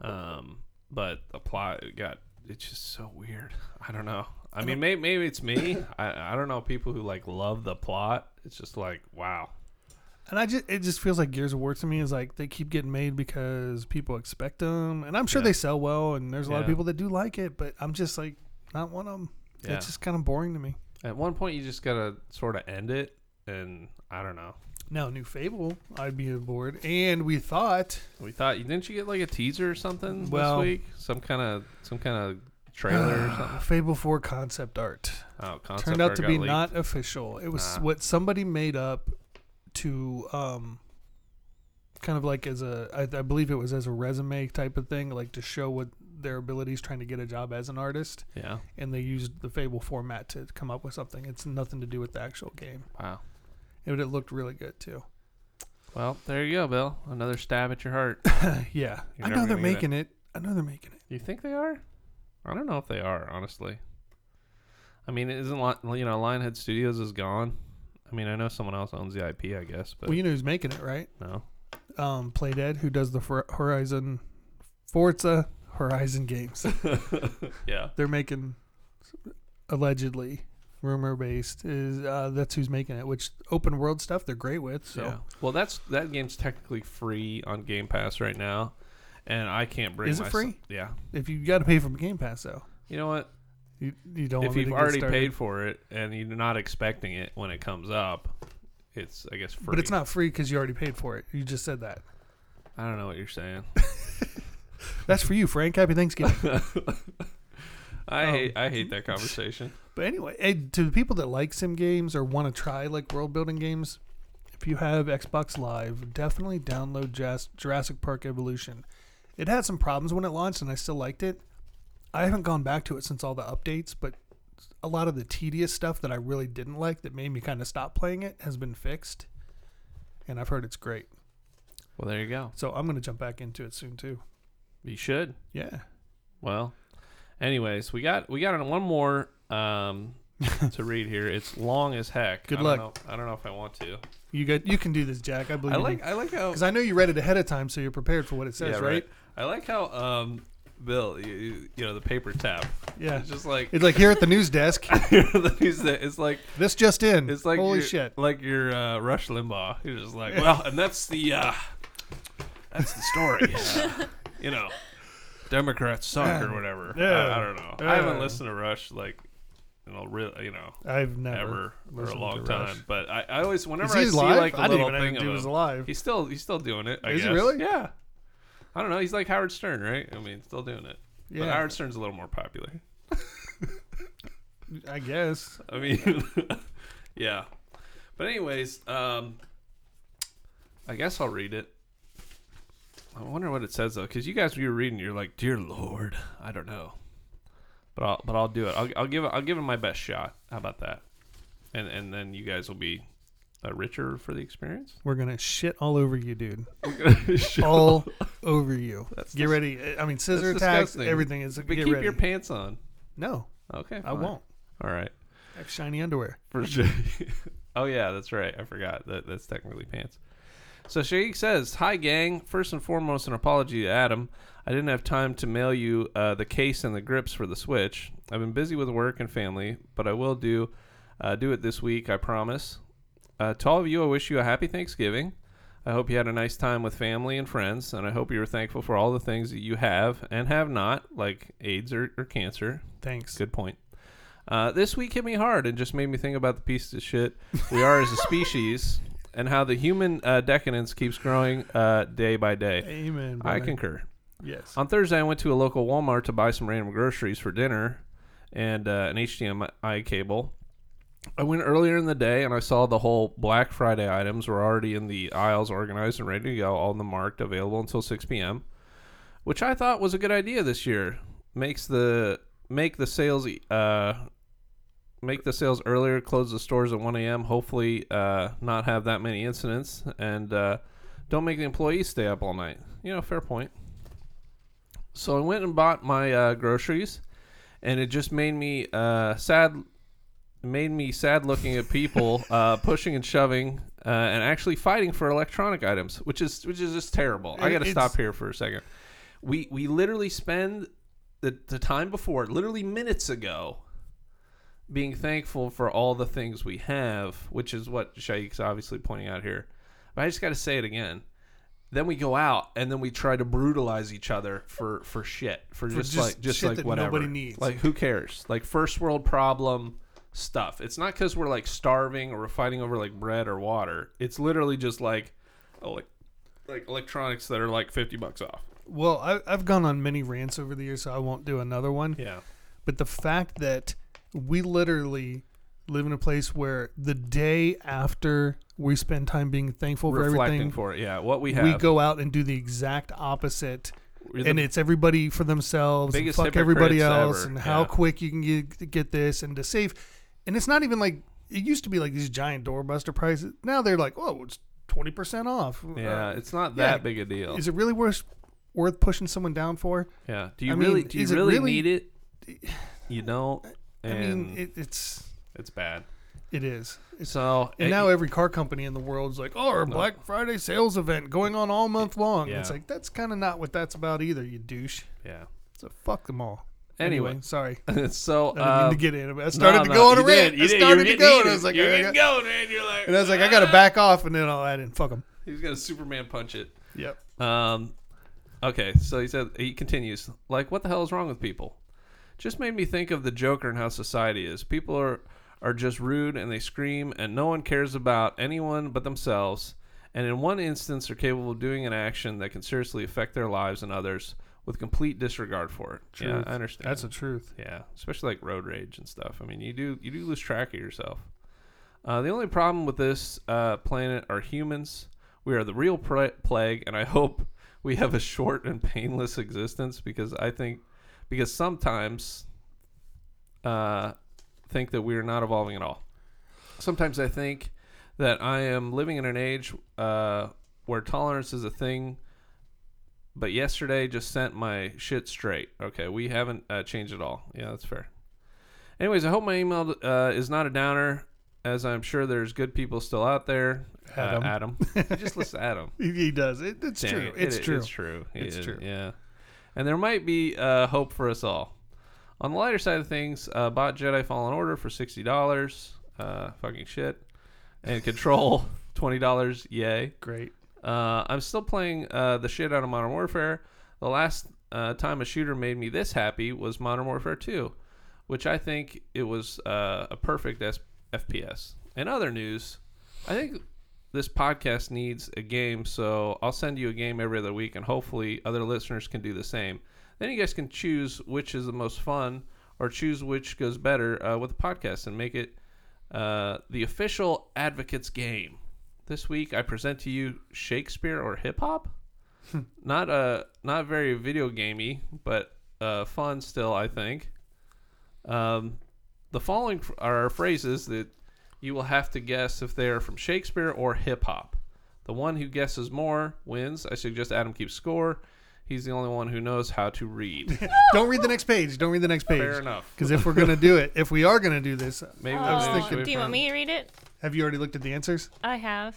A: Um, but the plot it got it's just so weird. I don't know. I mean, maybe, maybe it's me. I, I don't know. People who like love the plot, it's just like wow.
C: and I just it just feels like Gears of War to me is like they keep getting made because people expect them, and I'm sure
A: Yeah.
C: they sell well, and there's a lot of
A: Yeah.
C: people that do like it, but I'm just like not one of them.
A: Yeah.
C: It's just kind of boring to me.
A: At one point, you just gotta sort of end it, and I don't know.
C: Now, new Fable, I'd be aboard, and we thought
A: We thought didn't you get like a teaser or something
C: Well-
A: this week? Some kind of some kind of [sighs]
C: [sighs]
A: trailer or something.
C: Fable 4 concept art
A: Oh, concept
C: turned out
A: art
C: to
A: got
C: be
A: leaked.
C: not official. It was
A: Ah.
C: what somebody made up to um kind of like as a I, I believe it was as a resume type of thing, like to show what their abilities trying to get a job as an artist,
A: Yeah.
C: and they used the Fable format to come up with something. It's nothing to do with the actual game.
A: Wow.
C: And it looked really good too. [sighs]
A: Well, there you go, Bill. Another stab at your heart.
C: yeah.
A: You're
C: I
A: never
C: know they're
A: gonna get it.
C: making it. I know they're making it.
A: You think they are? I don't know if they are, honestly. I mean, it isn't Li- you know Lionhead Studios is gone. I mean, I know someone else owns the IP, I guess, but
C: Well, you know who's making it, right? [laughs]
A: no.
C: um, Playdead, who does the Hor- Horizon Forza
A: [laughs]
C: Horizon games.
A: yeah.
C: They're making allegedly rumor based is uh, that's who's making it. Which open world stuff they're great with. So
A: Yeah. Well, that's that game's technically free on Game Pass right now, and I can't bring.
C: Is it
A: myself-
C: free?
A: Yeah.
C: if you got to pay from Game Pass though,
A: You know what?
C: you, you don't. want
A: if
C: me
A: you've
C: to get
A: already
C: started.
A: paid for it and you're not expecting it when it comes up, it's I guess free.
C: but it's not free because you already paid for it. You just said that.
A: I don't know what you're
C: [laughs]
A: saying.
C: That's for you, Frank. Happy Thanksgiving.
A: I
C: Um,
A: hate I hate that conversation.
C: but anyway, eh, to the people that like sim games or want to try like world building games. If you have Xbox Live, definitely download Jas- Jurassic Park Evolution. It had some problems when it launched, and I still liked it. I haven't gone back to it since all the updates, but a lot of the tedious stuff that I really didn't like that made me kind of stop playing it has been fixed, and I've heard it's great.
A: Well, there you go.
C: So I'm going to jump back into it soon too.
A: You should.
C: Yeah,
A: Well, anyways, we got we got one more
C: [laughs]
A: um, to read here. It's long as heck.
C: Good
A: I
C: luck.
A: Don't know, I don't know if I want to.
C: you got you can do this, Jack. I believe.
A: I like I like how
C: because I know you read it ahead of time, so you're prepared for what it says,
A: yeah,
C: right?
A: I like how um, Bill, you- you, you know, the paper tap.
C: Yeah.
A: It's just like
C: It's like here at the news desk.
A: it's [laughs] the- it's like
C: This just in.
A: it's like
C: holy
A: you're-
C: shit.
A: like your uh, Rush Limbaugh. You're just like, well, and that's the uh, that's the story.
C: [laughs]
A: [laughs] Uh, you know, Democrats suck or whatever. I, I
C: Yeah.
A: don't know. I haven't
C: Yeah.
A: listened to Rush like you know, real, you know,
C: I've never
A: ever for a
C: listened
A: long
C: to Rush.
A: time. But I, I always
C: Is
A: whenever
C: he
A: I see
C: alive?
A: like a
C: I didn't
A: little
C: even
A: thing
C: know he
A: of
C: was
A: him,
C: alive.
A: he's still he's still doing it. I
C: Is he
A: guess.
C: really?
A: Yeah. I don't know. He's like Howard Stern, right? I mean, still doing it. But
C: Yeah.
A: Howard Stern's a little more popular.
C: I guess.
A: I mean, [laughs] yeah. But anyways, um, I guess I'll read it. I wonder what it says though, because you guys, when you were reading, you're like, "Dear Lord," I don't know. But I'll but I'll do it. I'll, I'll give it. I'll give it my best shot. How about that? And and then you guys will be uh, richer for the
C: [laughs]
A: experience. [laughs]
C: We're gonna shit all over you, dude.
A: We're gonna show-
C: All
A: [laughs]
C: over you.
A: That's
C: get
A: dis-
C: ready. I mean, scissor
A: that's
C: attacks.
A: disgusting.
C: Everything is.
A: but
C: get
A: keep
C: ready.
A: your pants on.
C: no,
A: Okay,
C: I
A: fine.
C: won't.
A: All right,
C: I have shiny underwear.
A: for [laughs] sure. oh yeah, that's right. I forgot that that's technically pants. So Shaik says, "Hi gang. First and foremost, an apology to Adam. I didn't have time to mail you uh, the case and the grips for the Switch. I've been busy with work and family, but I will do uh, do it this week. I promise. Uh, to all of you, I wish you a happy Thanksgiving. I hope you had a nice time with family and friends, and I hope you were thankful for all the things that you have and have not, like AIDS or, or cancer.
C: Thanks.
A: Good point. Uh, this week hit me hard and just made me think about the piece of shit we are as a species and how the human uh, decadence keeps growing uh, day by day.
C: Amen.
A: I
C: brother.
A: concur.
C: Yes.
A: On Thursday, I went to a local Walmart to buy some random groceries for dinner and uh, an HDMI cable. I went earlier in the day and I saw the whole Black Friday items were already in the aisles, organized and ready to go, all in the marked, available until 6 p.m., which I thought was a good idea this year. Makes the make the sales uh, make the sales earlier, close the stores at 1 a.m. Hopefully, uh, not have that many incidents, and uh, don't make the employees stay up all night. You know, fair point. So I went and bought my uh, groceries, and it just made me uh, sad. Made me sad looking at
C: [laughs]
A: people uh, pushing and shoving uh, and actually fighting for electronic items, which is which is just terrible. I
C: It-
A: got to
C: it's-
A: stop here for a second. We we literally spend the, the time before, literally minutes ago, being thankful for all the things we have, which is what Shaik's obviously pointing out here. But I just got to say it again. Then we go out and then we try to brutalize each other for for shit for, just,
C: just
A: like just
C: shit
A: like
C: that
A: whatever.
C: nobody needs.
A: Like who cares? Like first world problem stuff. It's not because we're like starving or we're fighting over like bread or water. It's literally just like, oh, like like electronics that are like fifty bucks off.
C: Well, I, I've gone on many rants over the years, so I won't do another one.
A: Yeah.
C: But the fact that we literally live in a place where the day after we spend time being thankful for
A: Reflecting
C: everything,
A: for it, yeah. What we have,
C: we go out and do the exact opposite.
A: You're the
C: and it's everybody for themselves, and
A: biggest
C: fuck everybody
A: hypocrites
C: else,
A: ever,
C: and how
A: yeah.
C: quick you can get, get this, and to save. And it's not even like it used to be like these giant doorbuster prices. Now they're like, oh, it's twenty percent off.
A: Yeah,
C: Uh,
A: it's not
C: yeah.
A: that big a deal.
C: is it really worth worth pushing someone down for?
A: yeah. Do you
C: I mean,
A: really do you
C: is it
A: really,
C: really-
A: need it?
C: [sighs]
A: You don't. And
C: I mean, it, it's
A: it's bad.
C: it is. It's
A: So eh,
C: And
A: it-
C: now every car company in the world's like, oh, our Black Friday sales event going on all month long.
A: Yeah.
C: It's like, that's kind of not what that's about either, you douche.
A: yeah. [laughs]
C: So fuck them all.
A: Anyway,
C: sorry.
A: so
C: I didn't
A: um,
C: mean to get in. I started
A: no,
C: to
A: no,
C: go on a
A: you
C: rant.
A: did, you
C: I
A: did, you
C: started
A: were
C: to
A: getting
C: go, and I
A: heated.
C: was like,
A: you're
C: I
A: getting
C: got,
A: going, man. You're like,
C: and I was like, I gotta back off, and then I'll add in, fuck them.
A: [laughs] He's gonna Superman punch it.
C: Yep.
A: Um, okay, so he said he continues like, "What the hell is wrong with people?" Just made me think of the Joker and how society is. People are are just rude and they scream, and no one cares about anyone but themselves. And in one instance, are capable of doing an action that can seriously affect their lives and others with complete disregard for it. Yeah, I understand.
C: That's the truth.
A: Yeah, especially like road rage and stuff. I mean, you do you do lose track of yourself. Uh, the only problem with this uh, planet are humans. We are the real pra- plague, and I hope we have a short and painless existence because I think because sometimes uh, think that we are not evolving at all. Sometimes I think that I am living in an age uh, where tolerance is a thing but yesterday just sent my shit straight. Okay, we haven't uh, changed at all. Yeah, that's fair. Anyways, I hope my email uh, is not a downer, as I'm sure there's good people still out there. Uh,
C: Adam.
A: Adam. You just listen to Adam.
C: He, he does. It, it's
A: Dang
C: true.
A: it.
C: It's
A: It-
C: true.
A: It's true. It
C: It's
A: is,
C: true.
A: Yeah. And there might be uh, hope for us all. On the lighter side of things, uh, bought Jedi Fallen Order for sixty dollars. Uh, fucking shit. And Control [laughs] twenty dollars. Yay.
C: Great.
A: Uh, I'm still playing uh, the shit out of Modern Warfare. The last uh, time a shooter made me this happy was Modern Warfare 2, which I think it was uh, a perfect S- FPS. In other news, I think this podcast needs a game, so I'll send you a game every other week, and hopefully other listeners can do the same. Then you guys can choose which is the most fun, or choose which goes better uh, with the podcast, and make it uh, the official Advocates game. This week, I present to you Shakespeare or hip
C: [laughs]
A: hop. not uh, not very video gamey, but uh, fun still. I think. Um, the following f- are phrases that You will have to guess if they are from Shakespeare or hip hop. The one who guesses more wins. I suggest Adam keeps score. He's the only one who knows how to
C: [laughs]
A: read.
C: [laughs] Don't read the next page. Don't read the next page.
A: Fair enough.
C: Because if we're gonna do it, if we are gonna do
A: [laughs]
C: this,
A: Maybe
B: Oh,
A: maybe we should
B: do you want me to read it?
C: have you already looked at the answers?
B: I have.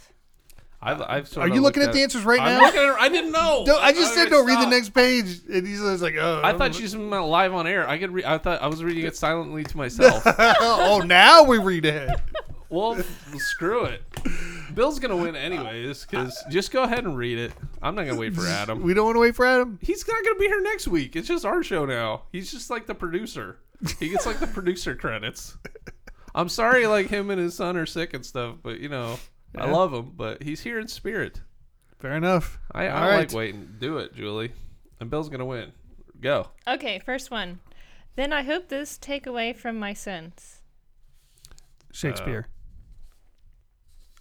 A: I've, I've sort
C: Are
A: of
C: you looking
A: looked
C: at the answers right
A: I'm
C: now?
A: looking at it. I didn't know.
C: Don't, I just
A: Okay,
C: said don't read the
A: stop.
C: next page, and he's just like, oh.
A: I thought she was live on air. I could. Re- I thought I was reading it silently to
C: [laughs]
A: myself.
C: [laughs] oh, now we read ahead.
A: well, f- screw it. Bill's gonna win anyways. Cause just go ahead and read it. I'm not gonna wait for Adam.
C: We don't want to wait for Adam.
A: He's not gonna be here next week. It's just our show now. He's just like the producer. He gets like the producer credits. I'm sorry, like him and his son are sick and stuff, but you know, I
C: Yeah.
A: love him. But he's here in spirit.
C: Fair enough.
A: I, I
C: All
A: don't
C: right.
A: like waiting. Do it, Julie. And Bill's gonna win. Go.
B: Okay, first one. Then I hope this take away from my sins.
C: Shakespeare.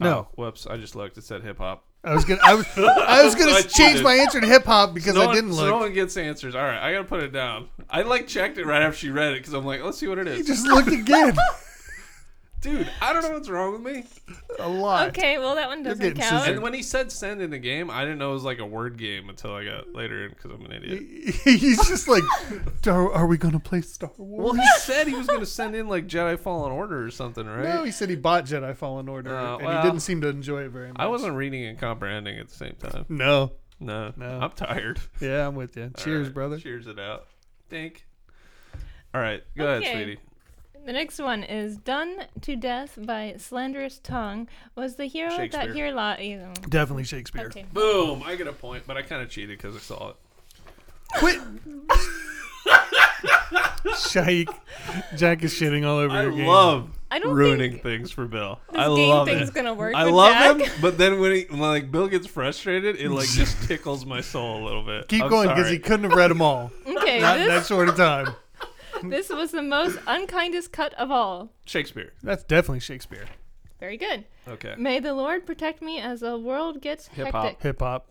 C: no,
A: Oh, whoops! I just looked. It said hip hop.
C: Uh, I was gonna. I was. I [laughs] was gonna
A: I
C: change
A: cheated.
C: my answer to hip hop because
A: No
C: I
A: one-
C: didn't
A: So no
C: look.
A: one gets answers. All right, I gotta put it down. I like checked it right after she read it because I'm like, let's see what it
C: You
A: is.
C: just [laughs] looked again.
A: Dude, I don't know what's wrong with me.
C: A lot.
B: Okay, well that one doesn't
C: getting
B: count.
A: And when he said send in a game, I didn't know it was like a word game until I got later in because I'm an idiot.
C: [laughs] He's just like, are, are we gonna play Star Wars?
A: Well, he
C: [laughs]
A: said he was gonna send in like Jedi Fallen Order or something, right?
C: No, he said he bought Jedi Fallen Order,
A: Oh,
C: and
A: well.
C: he didn't seem to enjoy it very much.
A: I wasn't reading and comprehending at the same
C: [laughs]
A: time.
C: No.
A: No,
C: No.
A: I'm tired.
C: Yeah, I'm with you. Cheers,
A: All right,
C: brother.
A: Cheers it out. Think. All right, go
B: Okay.
A: ahead, sweetie.
B: The next one is done to death by slanderous tongue was the hero that
A: Shakespeare.
B: here lies.
C: Definitely Shakespeare.
B: Okay.
A: Boom! I get a point, but I kind of cheated because I saw it.
C: Quit. Shaik. Jack is shitting all over
A: I
C: your game.
A: love
B: I don't
A: ruining
B: think
A: things for Bill.
B: this
A: I
B: game
A: love
B: thing's
A: it.
B: gonna work
A: I
B: with
A: love
B: Jack.
A: him, but then when he when, like Bill gets frustrated, it like
B: [laughs]
A: just tickles my soul a little bit.
C: Keep
A: I'm
C: going because
A: sorry.
C: he couldn't have read them
B: [laughs]
C: all.
B: Okay,
C: Not in that
B: this,
C: short of time.
B: this was the most unkindest cut of all.
A: Shakespeare.
C: That's definitely Shakespeare.
B: Very good.
A: Okay.
B: May the Lord protect me as the world gets
A: Hip hop.
B: hectic.
C: Hip hop.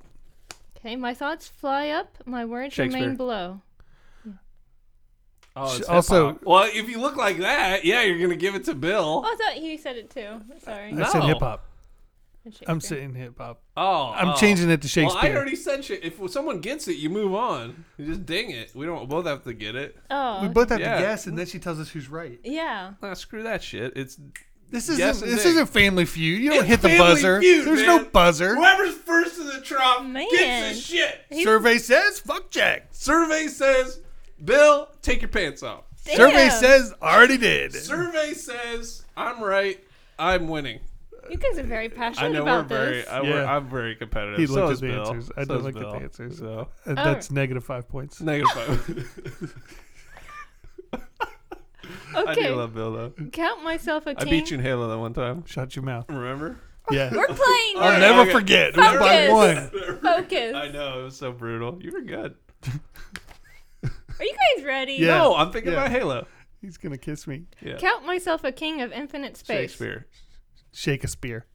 B: Okay, my thoughts fly up, my words
A: Shakespeare.
B: remain below.
A: Oh, it's
C: Also-
A: hip-hop. well, if you look like that, yeah, you're gonna give it to Bill.
B: Oh, I thought he said it too. Sorry.
A: No.
C: I said hip hop.
B: It's
C: I'm
B: Shakespeare.
C: saying hip hop.
A: Oh,
C: I'm
A: oh.
C: changing it to
A: Well,
C: Shakespeare.
A: I already said shit. If someone gets it, you move on. You just ding it. We don't both have to get it.
B: Oh,
C: we both have
A: Yeah.
C: to guess, and then she tells us who's right.
B: yeah.
A: Ah, screw that shit. It's
C: This isn't
A: Guess and
C: this
A: dig.
C: isn't Family Feud. You don't
A: It's
C: hit the
A: Family
C: buzzer.
A: Feud, man.
C: There's no buzzer.
A: whoever's first in the drop
B: Man.
A: gets the shit.
B: He's-
C: Survey says fuck Jack.
A: Survey says, Bill, take your pants off.
C: Survey
B: Damn.
C: says already did.
A: Survey says I'm right. I'm winning.
B: You guys are very passionate
A: I know we're
B: about
A: very.
B: this.
A: I,
C: Yeah.
A: we're, I'm very competitive.
C: He
A: so
C: looked at
A: is
C: the
A: Bill.
C: answers. I
A: So
C: don't
A: is
C: look at
A: Bill.
C: the answers. [laughs]
A: So
C: Uh, that's negative five points.
A: negative five. [laughs] I
B: okay.
A: do love Bill though.
B: Count myself a
A: I
B: king.
A: beat you in Halo that one time.
C: Shut your
B: [laughs]
C: mouth.
A: Remember?
C: Yeah.
B: We're playing.
A: All
C: I'll
A: right,
C: never
A: okay.
C: forget. It was by
B: Focus.
C: one.
A: [laughs]
B: Focus.
A: I know it was so brutal. You were good.
B: Are you guys ready?
C: Yeah.
A: No, I'm thinking
C: Yeah.
A: about Halo.
C: He's gonna kiss me.
A: Yeah.
B: Count myself a king of infinite space.
A: Shakespeare.
C: Shake a spear.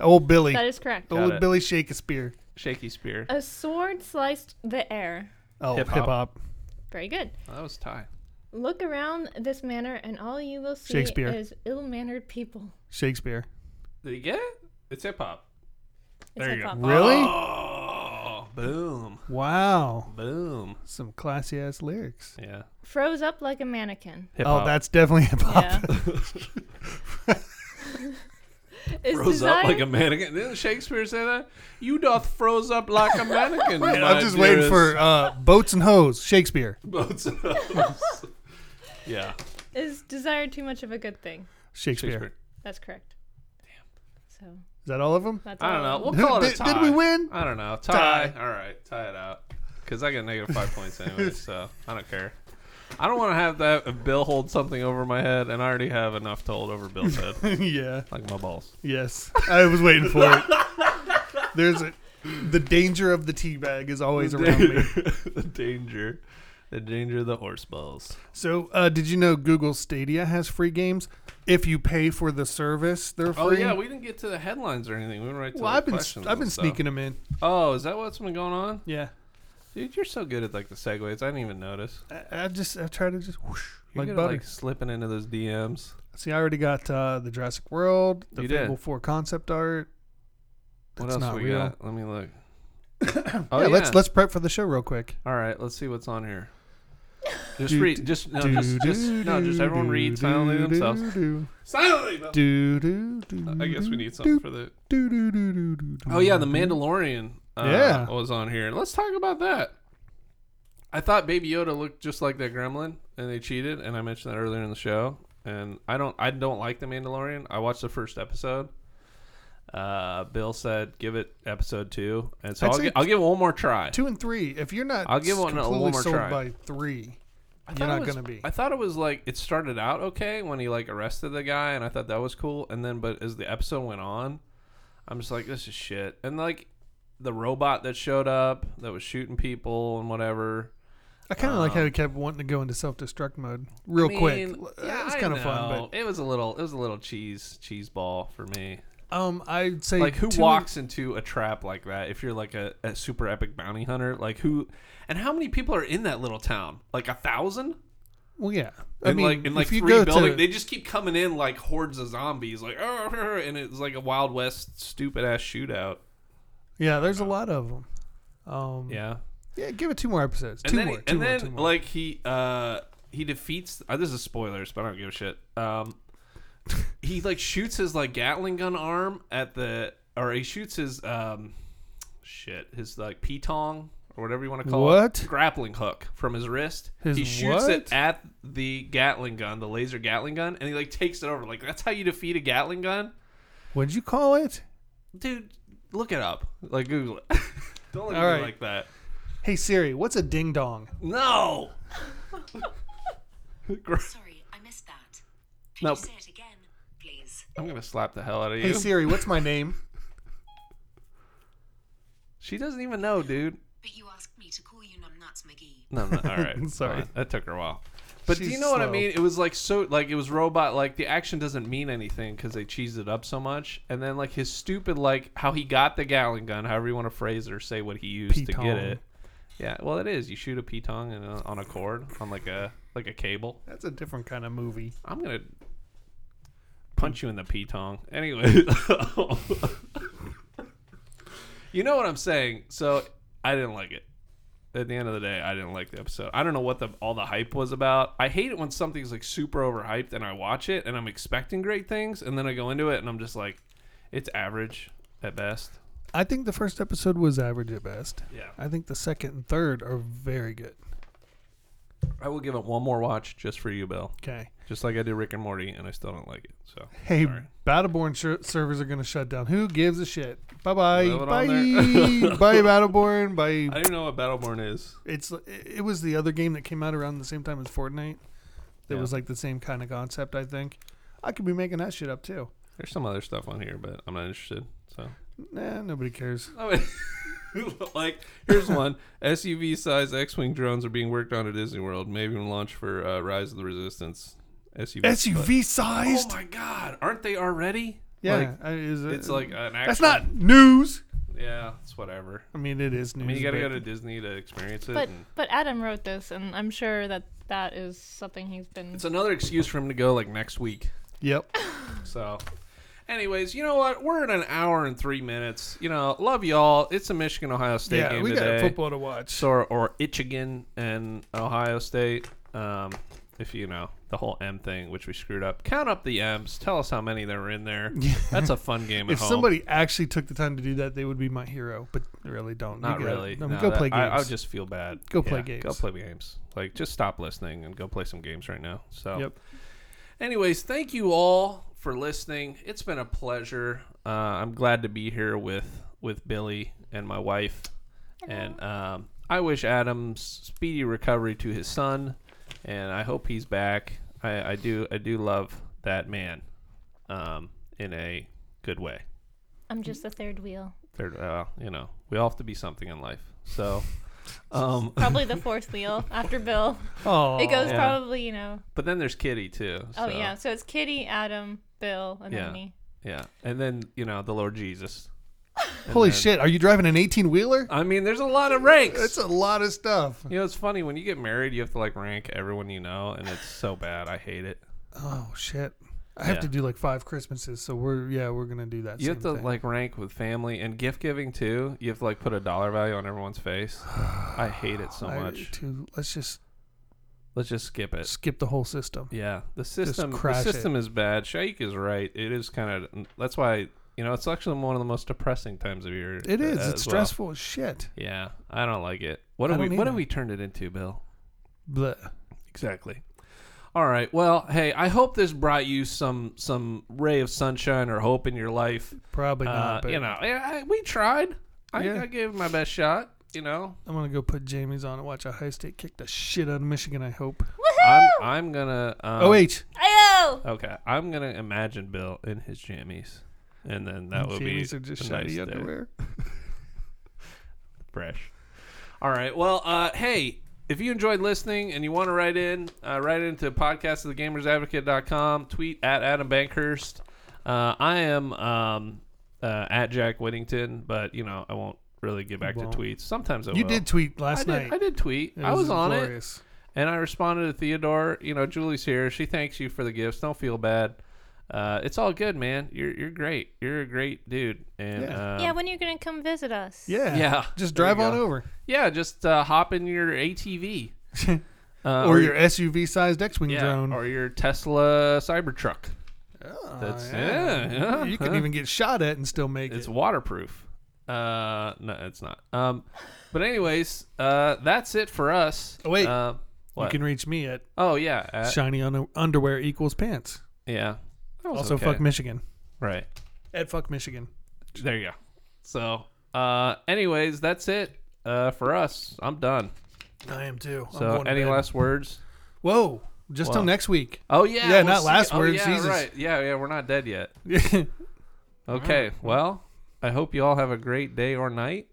C: Old Billy.
B: That is correct.
A: Got
C: Old
A: it.
C: Billy shake a spear.
A: Shaky spear.
B: A sword sliced the air.
C: Oh, hip
A: Hip-hop.
C: hop.
B: Very good.
A: That was Ty.
B: Look around this manor, and all you will see
C: Shakespeare.
B: is ill-mannered people.
C: Shakespeare.
A: Did he get it? It's hip hop.
B: It's
A: There you go.
B: hip-hop.
C: Really?
A: Oh, boom,
C: Wow.
A: boom.
C: Some classy ass lyrics.
A: Yeah.
B: Froze up like a mannequin.
A: Hip
C: Oh, that's definitely hip hop.
B: Yeah.
A: [laughs]
B: Is
A: froze up like
B: desire-
A: a mannequin. Didn't Shakespeare say that? You doth froze up like
C: [laughs]
A: a mannequin. my
C: [laughs] I'm just waiting for
A: dearest.
C: uh, boats and hoes. Shakespeare.
A: boats. and hoes. [laughs] yeah,
B: Is desire too much of a good thing?
C: Shakespeare.
A: Shakespeare.
B: That's correct. Damn. So
C: Is that all of
B: [laughs]
C: them?
B: that's
A: I don't
B: all.
A: know. We'll call it a
C: Did-
A: tie.
C: did we win?
A: I don't know. Tie.
C: Tie.
A: All right, tie it out. Because I get negative five points anyway, so I don't care. I don't want to have that if Bill hold something over my head, and I already have enough to hold over Bill's
C: [laughs]
A: head,
C: yeah.
A: like my balls.
C: Yes. I was waiting for it. There's a, the danger of the tea bag is always around me.
A: [laughs] the danger, the danger of the horse balls.
C: So, uh, did you know Google Stadia has free games? If you pay for the service, they're free.
A: Oh yeah, we didn't get to the headlines or anything. We went right to
C: well,
A: the
C: I've been
A: questions.
C: I've been
A: and stuff.
C: sneaking them in.
A: Oh, is that what's been going on?
C: Yeah.
A: Dude, you're so good at like the segues. I didn't even notice.
C: I, I just I try to just whoosh,
A: You're
C: like
A: good at,
C: butter.
A: like slipping into those DMs.
C: See, I already got uh, the Jurassic World, the
A: You did.
C: Fable Four concept art.
A: What
C: That's
A: else
C: not
A: we
C: real.
A: got? Let me
C: [coughs]
A: look. oh
C: yeah, let's let's prep for the show real quick.
A: All right, let's see what's on here. Just
C: Do-
A: read. Just no. Just, just, no. Just everyone read silently themselves.
C: Do
A: Silently.
C: do do.
A: I guess we need something for the.
C: Do do do do do.
A: Oh yeah, the Mandalorian. Uh,
C: Mm-hmm. Yeah.
A: was on here. Let's talk about that. I thought Baby Yoda looked just like that gremlin, and they cheated. And I mentioned that earlier in the show. And I don't, I don't like the Mandalorian. I watched the first episode. Uh, Bill said, "Give it episode two, and so
C: I'd
A: I'll,
C: say
A: gi- I'll give it one more try.
C: Two and three. If you're not,
A: I'll give one a-
C: completely
A: one more
C: sold
A: try.
C: by three.
A: I
C: You're
A: thought it
C: not
A: was-
C: gonna be.
A: I thought it was like it started out okay when he like arrested the guy, and I thought that was cool. And then, but as the episode went on, I'm just like, this is shit. And like the robot that showed up that was shooting people and whatever.
C: I kind of like
A: Um,
C: how he kept wanting to go into self-destruct mode real quick.
A: mean,
C: L-
A: yeah,
C: it was
A: I
C: kind of fun,
A: know. it was a little, it was a little cheese cheese ball for me.
C: but um, I'd say
A: Like who
C: two and-
A: walks into a trap like that? If you're like a, a super epic bounty hunter, like who? And how many people are in that little town? Like a thousand?
C: Well, yeah. I
A: I
C: mean,
A: like in like
C: if you
A: three
C: go
A: building,
C: to,
A: they just keep coming in like hordes of zombies, like "Arr!" and it's like a Wild West stupid ass shootout.
C: yeah, there's a lot of them. Um, yeah.
A: Yeah,
C: give it two more episodes.
A: and
C: two
A: then
C: more.
A: and
C: two more,
A: then
C: two more.
A: like he uh he defeats. Uh, this is spoilers, but I don't give a shit. Um, [laughs] he like shoots his like Gatling gun arm at the or he shoots his um shit his like petong or whatever you want to call
C: What?
A: it grappling hook from his wrist.
C: His
A: he shoots
C: what?
A: it at the Gatling gun, the laser Gatling gun, and he like takes it over. Like that's how you defeat a Gatling gun.
C: what'd you call it?
A: dude look it up like google it [laughs] don't look at
C: All
A: me
C: right.
A: like that
C: Hey Siri, what's a ding dong?
A: no Gr-
D: Sorry, I missed that. Can
A: No.
D: you say it again, please?
A: i'm gonna slap the hell out of you
C: Hey Siri,
A: [laughs]
C: what's my name?
A: she doesn't even know dude
D: But you asked me to call you Numbnuts McGee.
A: no no all [laughs] right
C: Sorry.
A: fine. that took her a while but do
C: She's
A: you know what i
C: slow.
A: mean it was like so like it was robot like the action doesn't mean anything because they cheesed it up so much and then like his stupid like how he got the gallon gun however you want to phrase it or say what he used to get
C: Petong.
A: it yeah well it is you shoot a petong in a, on a cord on like a like a cable
C: That's a different kind of movie.
A: I'm gonna punch you in the petong. Anyway, [laughs] you know what I'm saying. So I didn't like it. At the end of the day, I didn't like the episode. I don't know what the all the hype was about. I hate it when something's like super overhyped and I watch it and I'm expecting great things and then I go into it and I'm just like, it's average at best.
C: I think the first episode was average at best.
A: Yeah.
C: I think the second and third are very good.
A: I will give it one more watch just for you, Bill.
C: Okay.
A: Just like I did Rick and Morty, and I still don't like it. So
C: Hey,
A: Sorry.
C: Battleborn sh- servers are going to shut down. Who gives a shit? Bye bye.
A: Leave it on
C: Bye.
A: there. [laughs]
C: bye, Battleborn.
A: I
C: Bye.
A: don't even know what Battleborn is.
C: It's it- it was the other game that came out around the same time as Fortnite. That
A: Yeah.
C: was like the same kind of concept, I think. I could be making that shit up too.
A: There's some other stuff on here, but I'm not interested. So.
C: Nah, nobody cares.
A: I mean, [laughs] like, here's one: SUV size X-wing drones are being worked on at Disney World. Maybe even launch for uh, Rise of the Resistance. SUV.
C: SUV
A: But-
C: sized.
A: oh my God! Aren't they already?
C: yeah,
A: Like,
C: I- is it-
A: it's like an. Actual,
C: that's not news.
A: Yeah, it's whatever.
C: I mean, it is news.
A: I mean, you gotta
C: but-
A: go to Disney to experience it.
B: But
A: and
B: but Adam wrote this, and I'm sure that that is something he's been.
A: it's another excuse for him to go like next week. [laughs]
C: Yep.
A: So, anyways, you know what? We're in an hour and three minutes. You know, love y'all. It's a Michigan Ohio State
C: yeah,
A: game
C: we got
A: today.
C: football to watch.
A: or, or Itchigan and Ohio State. Um, if you know the whole M thing, which we screwed up, count up the M's. Tell us how many there were in
C: [laughs]
A: there. That's a fun game. At
C: if
A: home.
C: somebody actually took the time to do that, they would be my hero. But they really, don't. You
A: not
C: gotta-
A: really,
C: I mean,
A: No,
C: go
A: that-
C: play games.
A: I, I would just feel bad.
C: Go play
A: Go
C: games.
A: play games. Like just stop listening and go play some games right now. So,
C: Yep.
A: anyways, thank you all for listening. It's been a pleasure. Uh, I'm glad to be here with with Billy and my wife, and um, I wish Adam speedy recovery to his son, and I hope he's back. I, I do I do love that man, um, in a good way.
B: I'm just the third wheel,
A: Third, uh, you know, we all have to be something in life.
C: [laughs]
A: So, um,
B: probably the fourth wheel after Bill.
C: Oh,
B: it goes
A: yeah.
B: probably, you know.
A: But then there's Kitty too.
B: Oh
A: so,
B: yeah, so it's Kitty, Adam, Bill, and
A: Yeah.
B: then me.
A: yeah, and then you know the Lord Jesus.
C: Holy
A: then-
C: shit! Are you driving an eighteen wheeler?
A: I mean, there's a lot of ranks.
C: That's a lot of stuff.
A: you know, it's funny when you get married, you have to like rank everyone you know, and it's so bad. I hate it.
C: Oh shit! I have
A: Yeah.
C: to do like five Christmases, so we're yeah we're gonna do that.
A: You have
C: same
A: to
C: thing.
A: like rank with family and gift giving too. You have to like put a dollar value on everyone's
C: [sighs]
A: face. I hate it so
C: I-
A: much. Uh,
C: to- let's just
A: Let's just skip it.
C: skip the whole system.
A: Yeah, the system the
C: crash it.
A: system is bad. Shaik is right. It is kind of that's why you know it's actually one of the most depressing times of year.
C: It is.
A: uh,
C: it's
A: as well.
C: stressful as shit.
A: Yeah, I don't like it. What
C: I
A: have we
C: don't
A: What have
C: either.
A: we turned it into, Bill?
C: Bleh.
A: Exactly. All right. Well, hey, I hope this brought you some some ray of sunshine or hope in your life.
C: Probably
A: Uh,
C: not. But
A: you know, I, I- we tried. I,
C: Yeah.
A: I gave it my best shot. You know,
C: I'm gonna go put Jamie's on and watch Ohio State kick the shit out of Michigan. I hope.
A: I'm I'm gonna. Um,
C: Oh wait,
B: Oh!
A: Okay, I'm gonna imagine Bill in his jammies, and then that would be
C: Jamie's are just
A: a
C: shiny
A: nice day.
C: underwear.
A: fresh. All right. Well, uh, hey, if you enjoyed listening and you want to write in, uh, write into podcast of the gamersadvocate.com, tweet at Adam Bankhurst. Uh, I am um, uh, at Jack Whittington, but you know I won't really get back to
C: won't.
A: tweets. Sometimes I
C: You
A: will.
C: did tweet
A: I
C: last
A: did,
C: night.
A: I did tweet. I was on it. And I responded to Theodore, you know, Julie's here. She thanks you for the gifts. Don't feel bad. Uh, it's all good, man. You're you're great. You're a great dude. And
C: Yeah.
A: um,
B: yeah, when are you going to come visit us?
C: Yeah.
A: Yeah.
C: Just
A: There you
C: drive on
A: go.
C: over.
A: yeah, just uh, hop in your ATV
C: [laughs]
A: uh,
C: or your SUV sized X Wing
A: yeah,
C: drone.
A: or your Tesla Cybertruck.
C: Oh,
A: That's yeah, yeah,
C: You can
A: huh.
C: even get shot at and still
A: [laughs]
C: make
A: It's
C: it.
A: waterproof. Uh, no, it's not. Um, but anyways, uh, that's it for us.
C: Oh, wait.
A: Uh,
C: You
A: what?
C: can reach me at
A: oh yeah, at-
C: shiny un- underwear equals pants.
A: yeah. That was
C: Also,
A: okay.
C: fuck Michigan.
A: Right.
C: At fuck Michigan.
A: There you go. So, uh, anyways, that's it uh, for us. I'm done.
C: I am too. I'm
A: So,
C: going to
A: any
C: bed.
A: last words?
C: Whoa! Just till
A: Wow.
C: next week. [laughs]
A: Oh yeah,
C: Yeah,
A: we'll
C: not
A: see-
C: last
A: oh,
C: words,
A: Yeah,
C: Jesus.
A: right. Yeah, yeah. We're not dead yet.
C: Bye.
A: Okay. Well, I hope you all have a great day or night,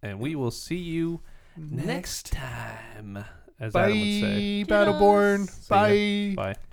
A: and we will see you next time, as Adam would say.
C: Battleborn.
A: ya.
C: Bye.
A: Bye.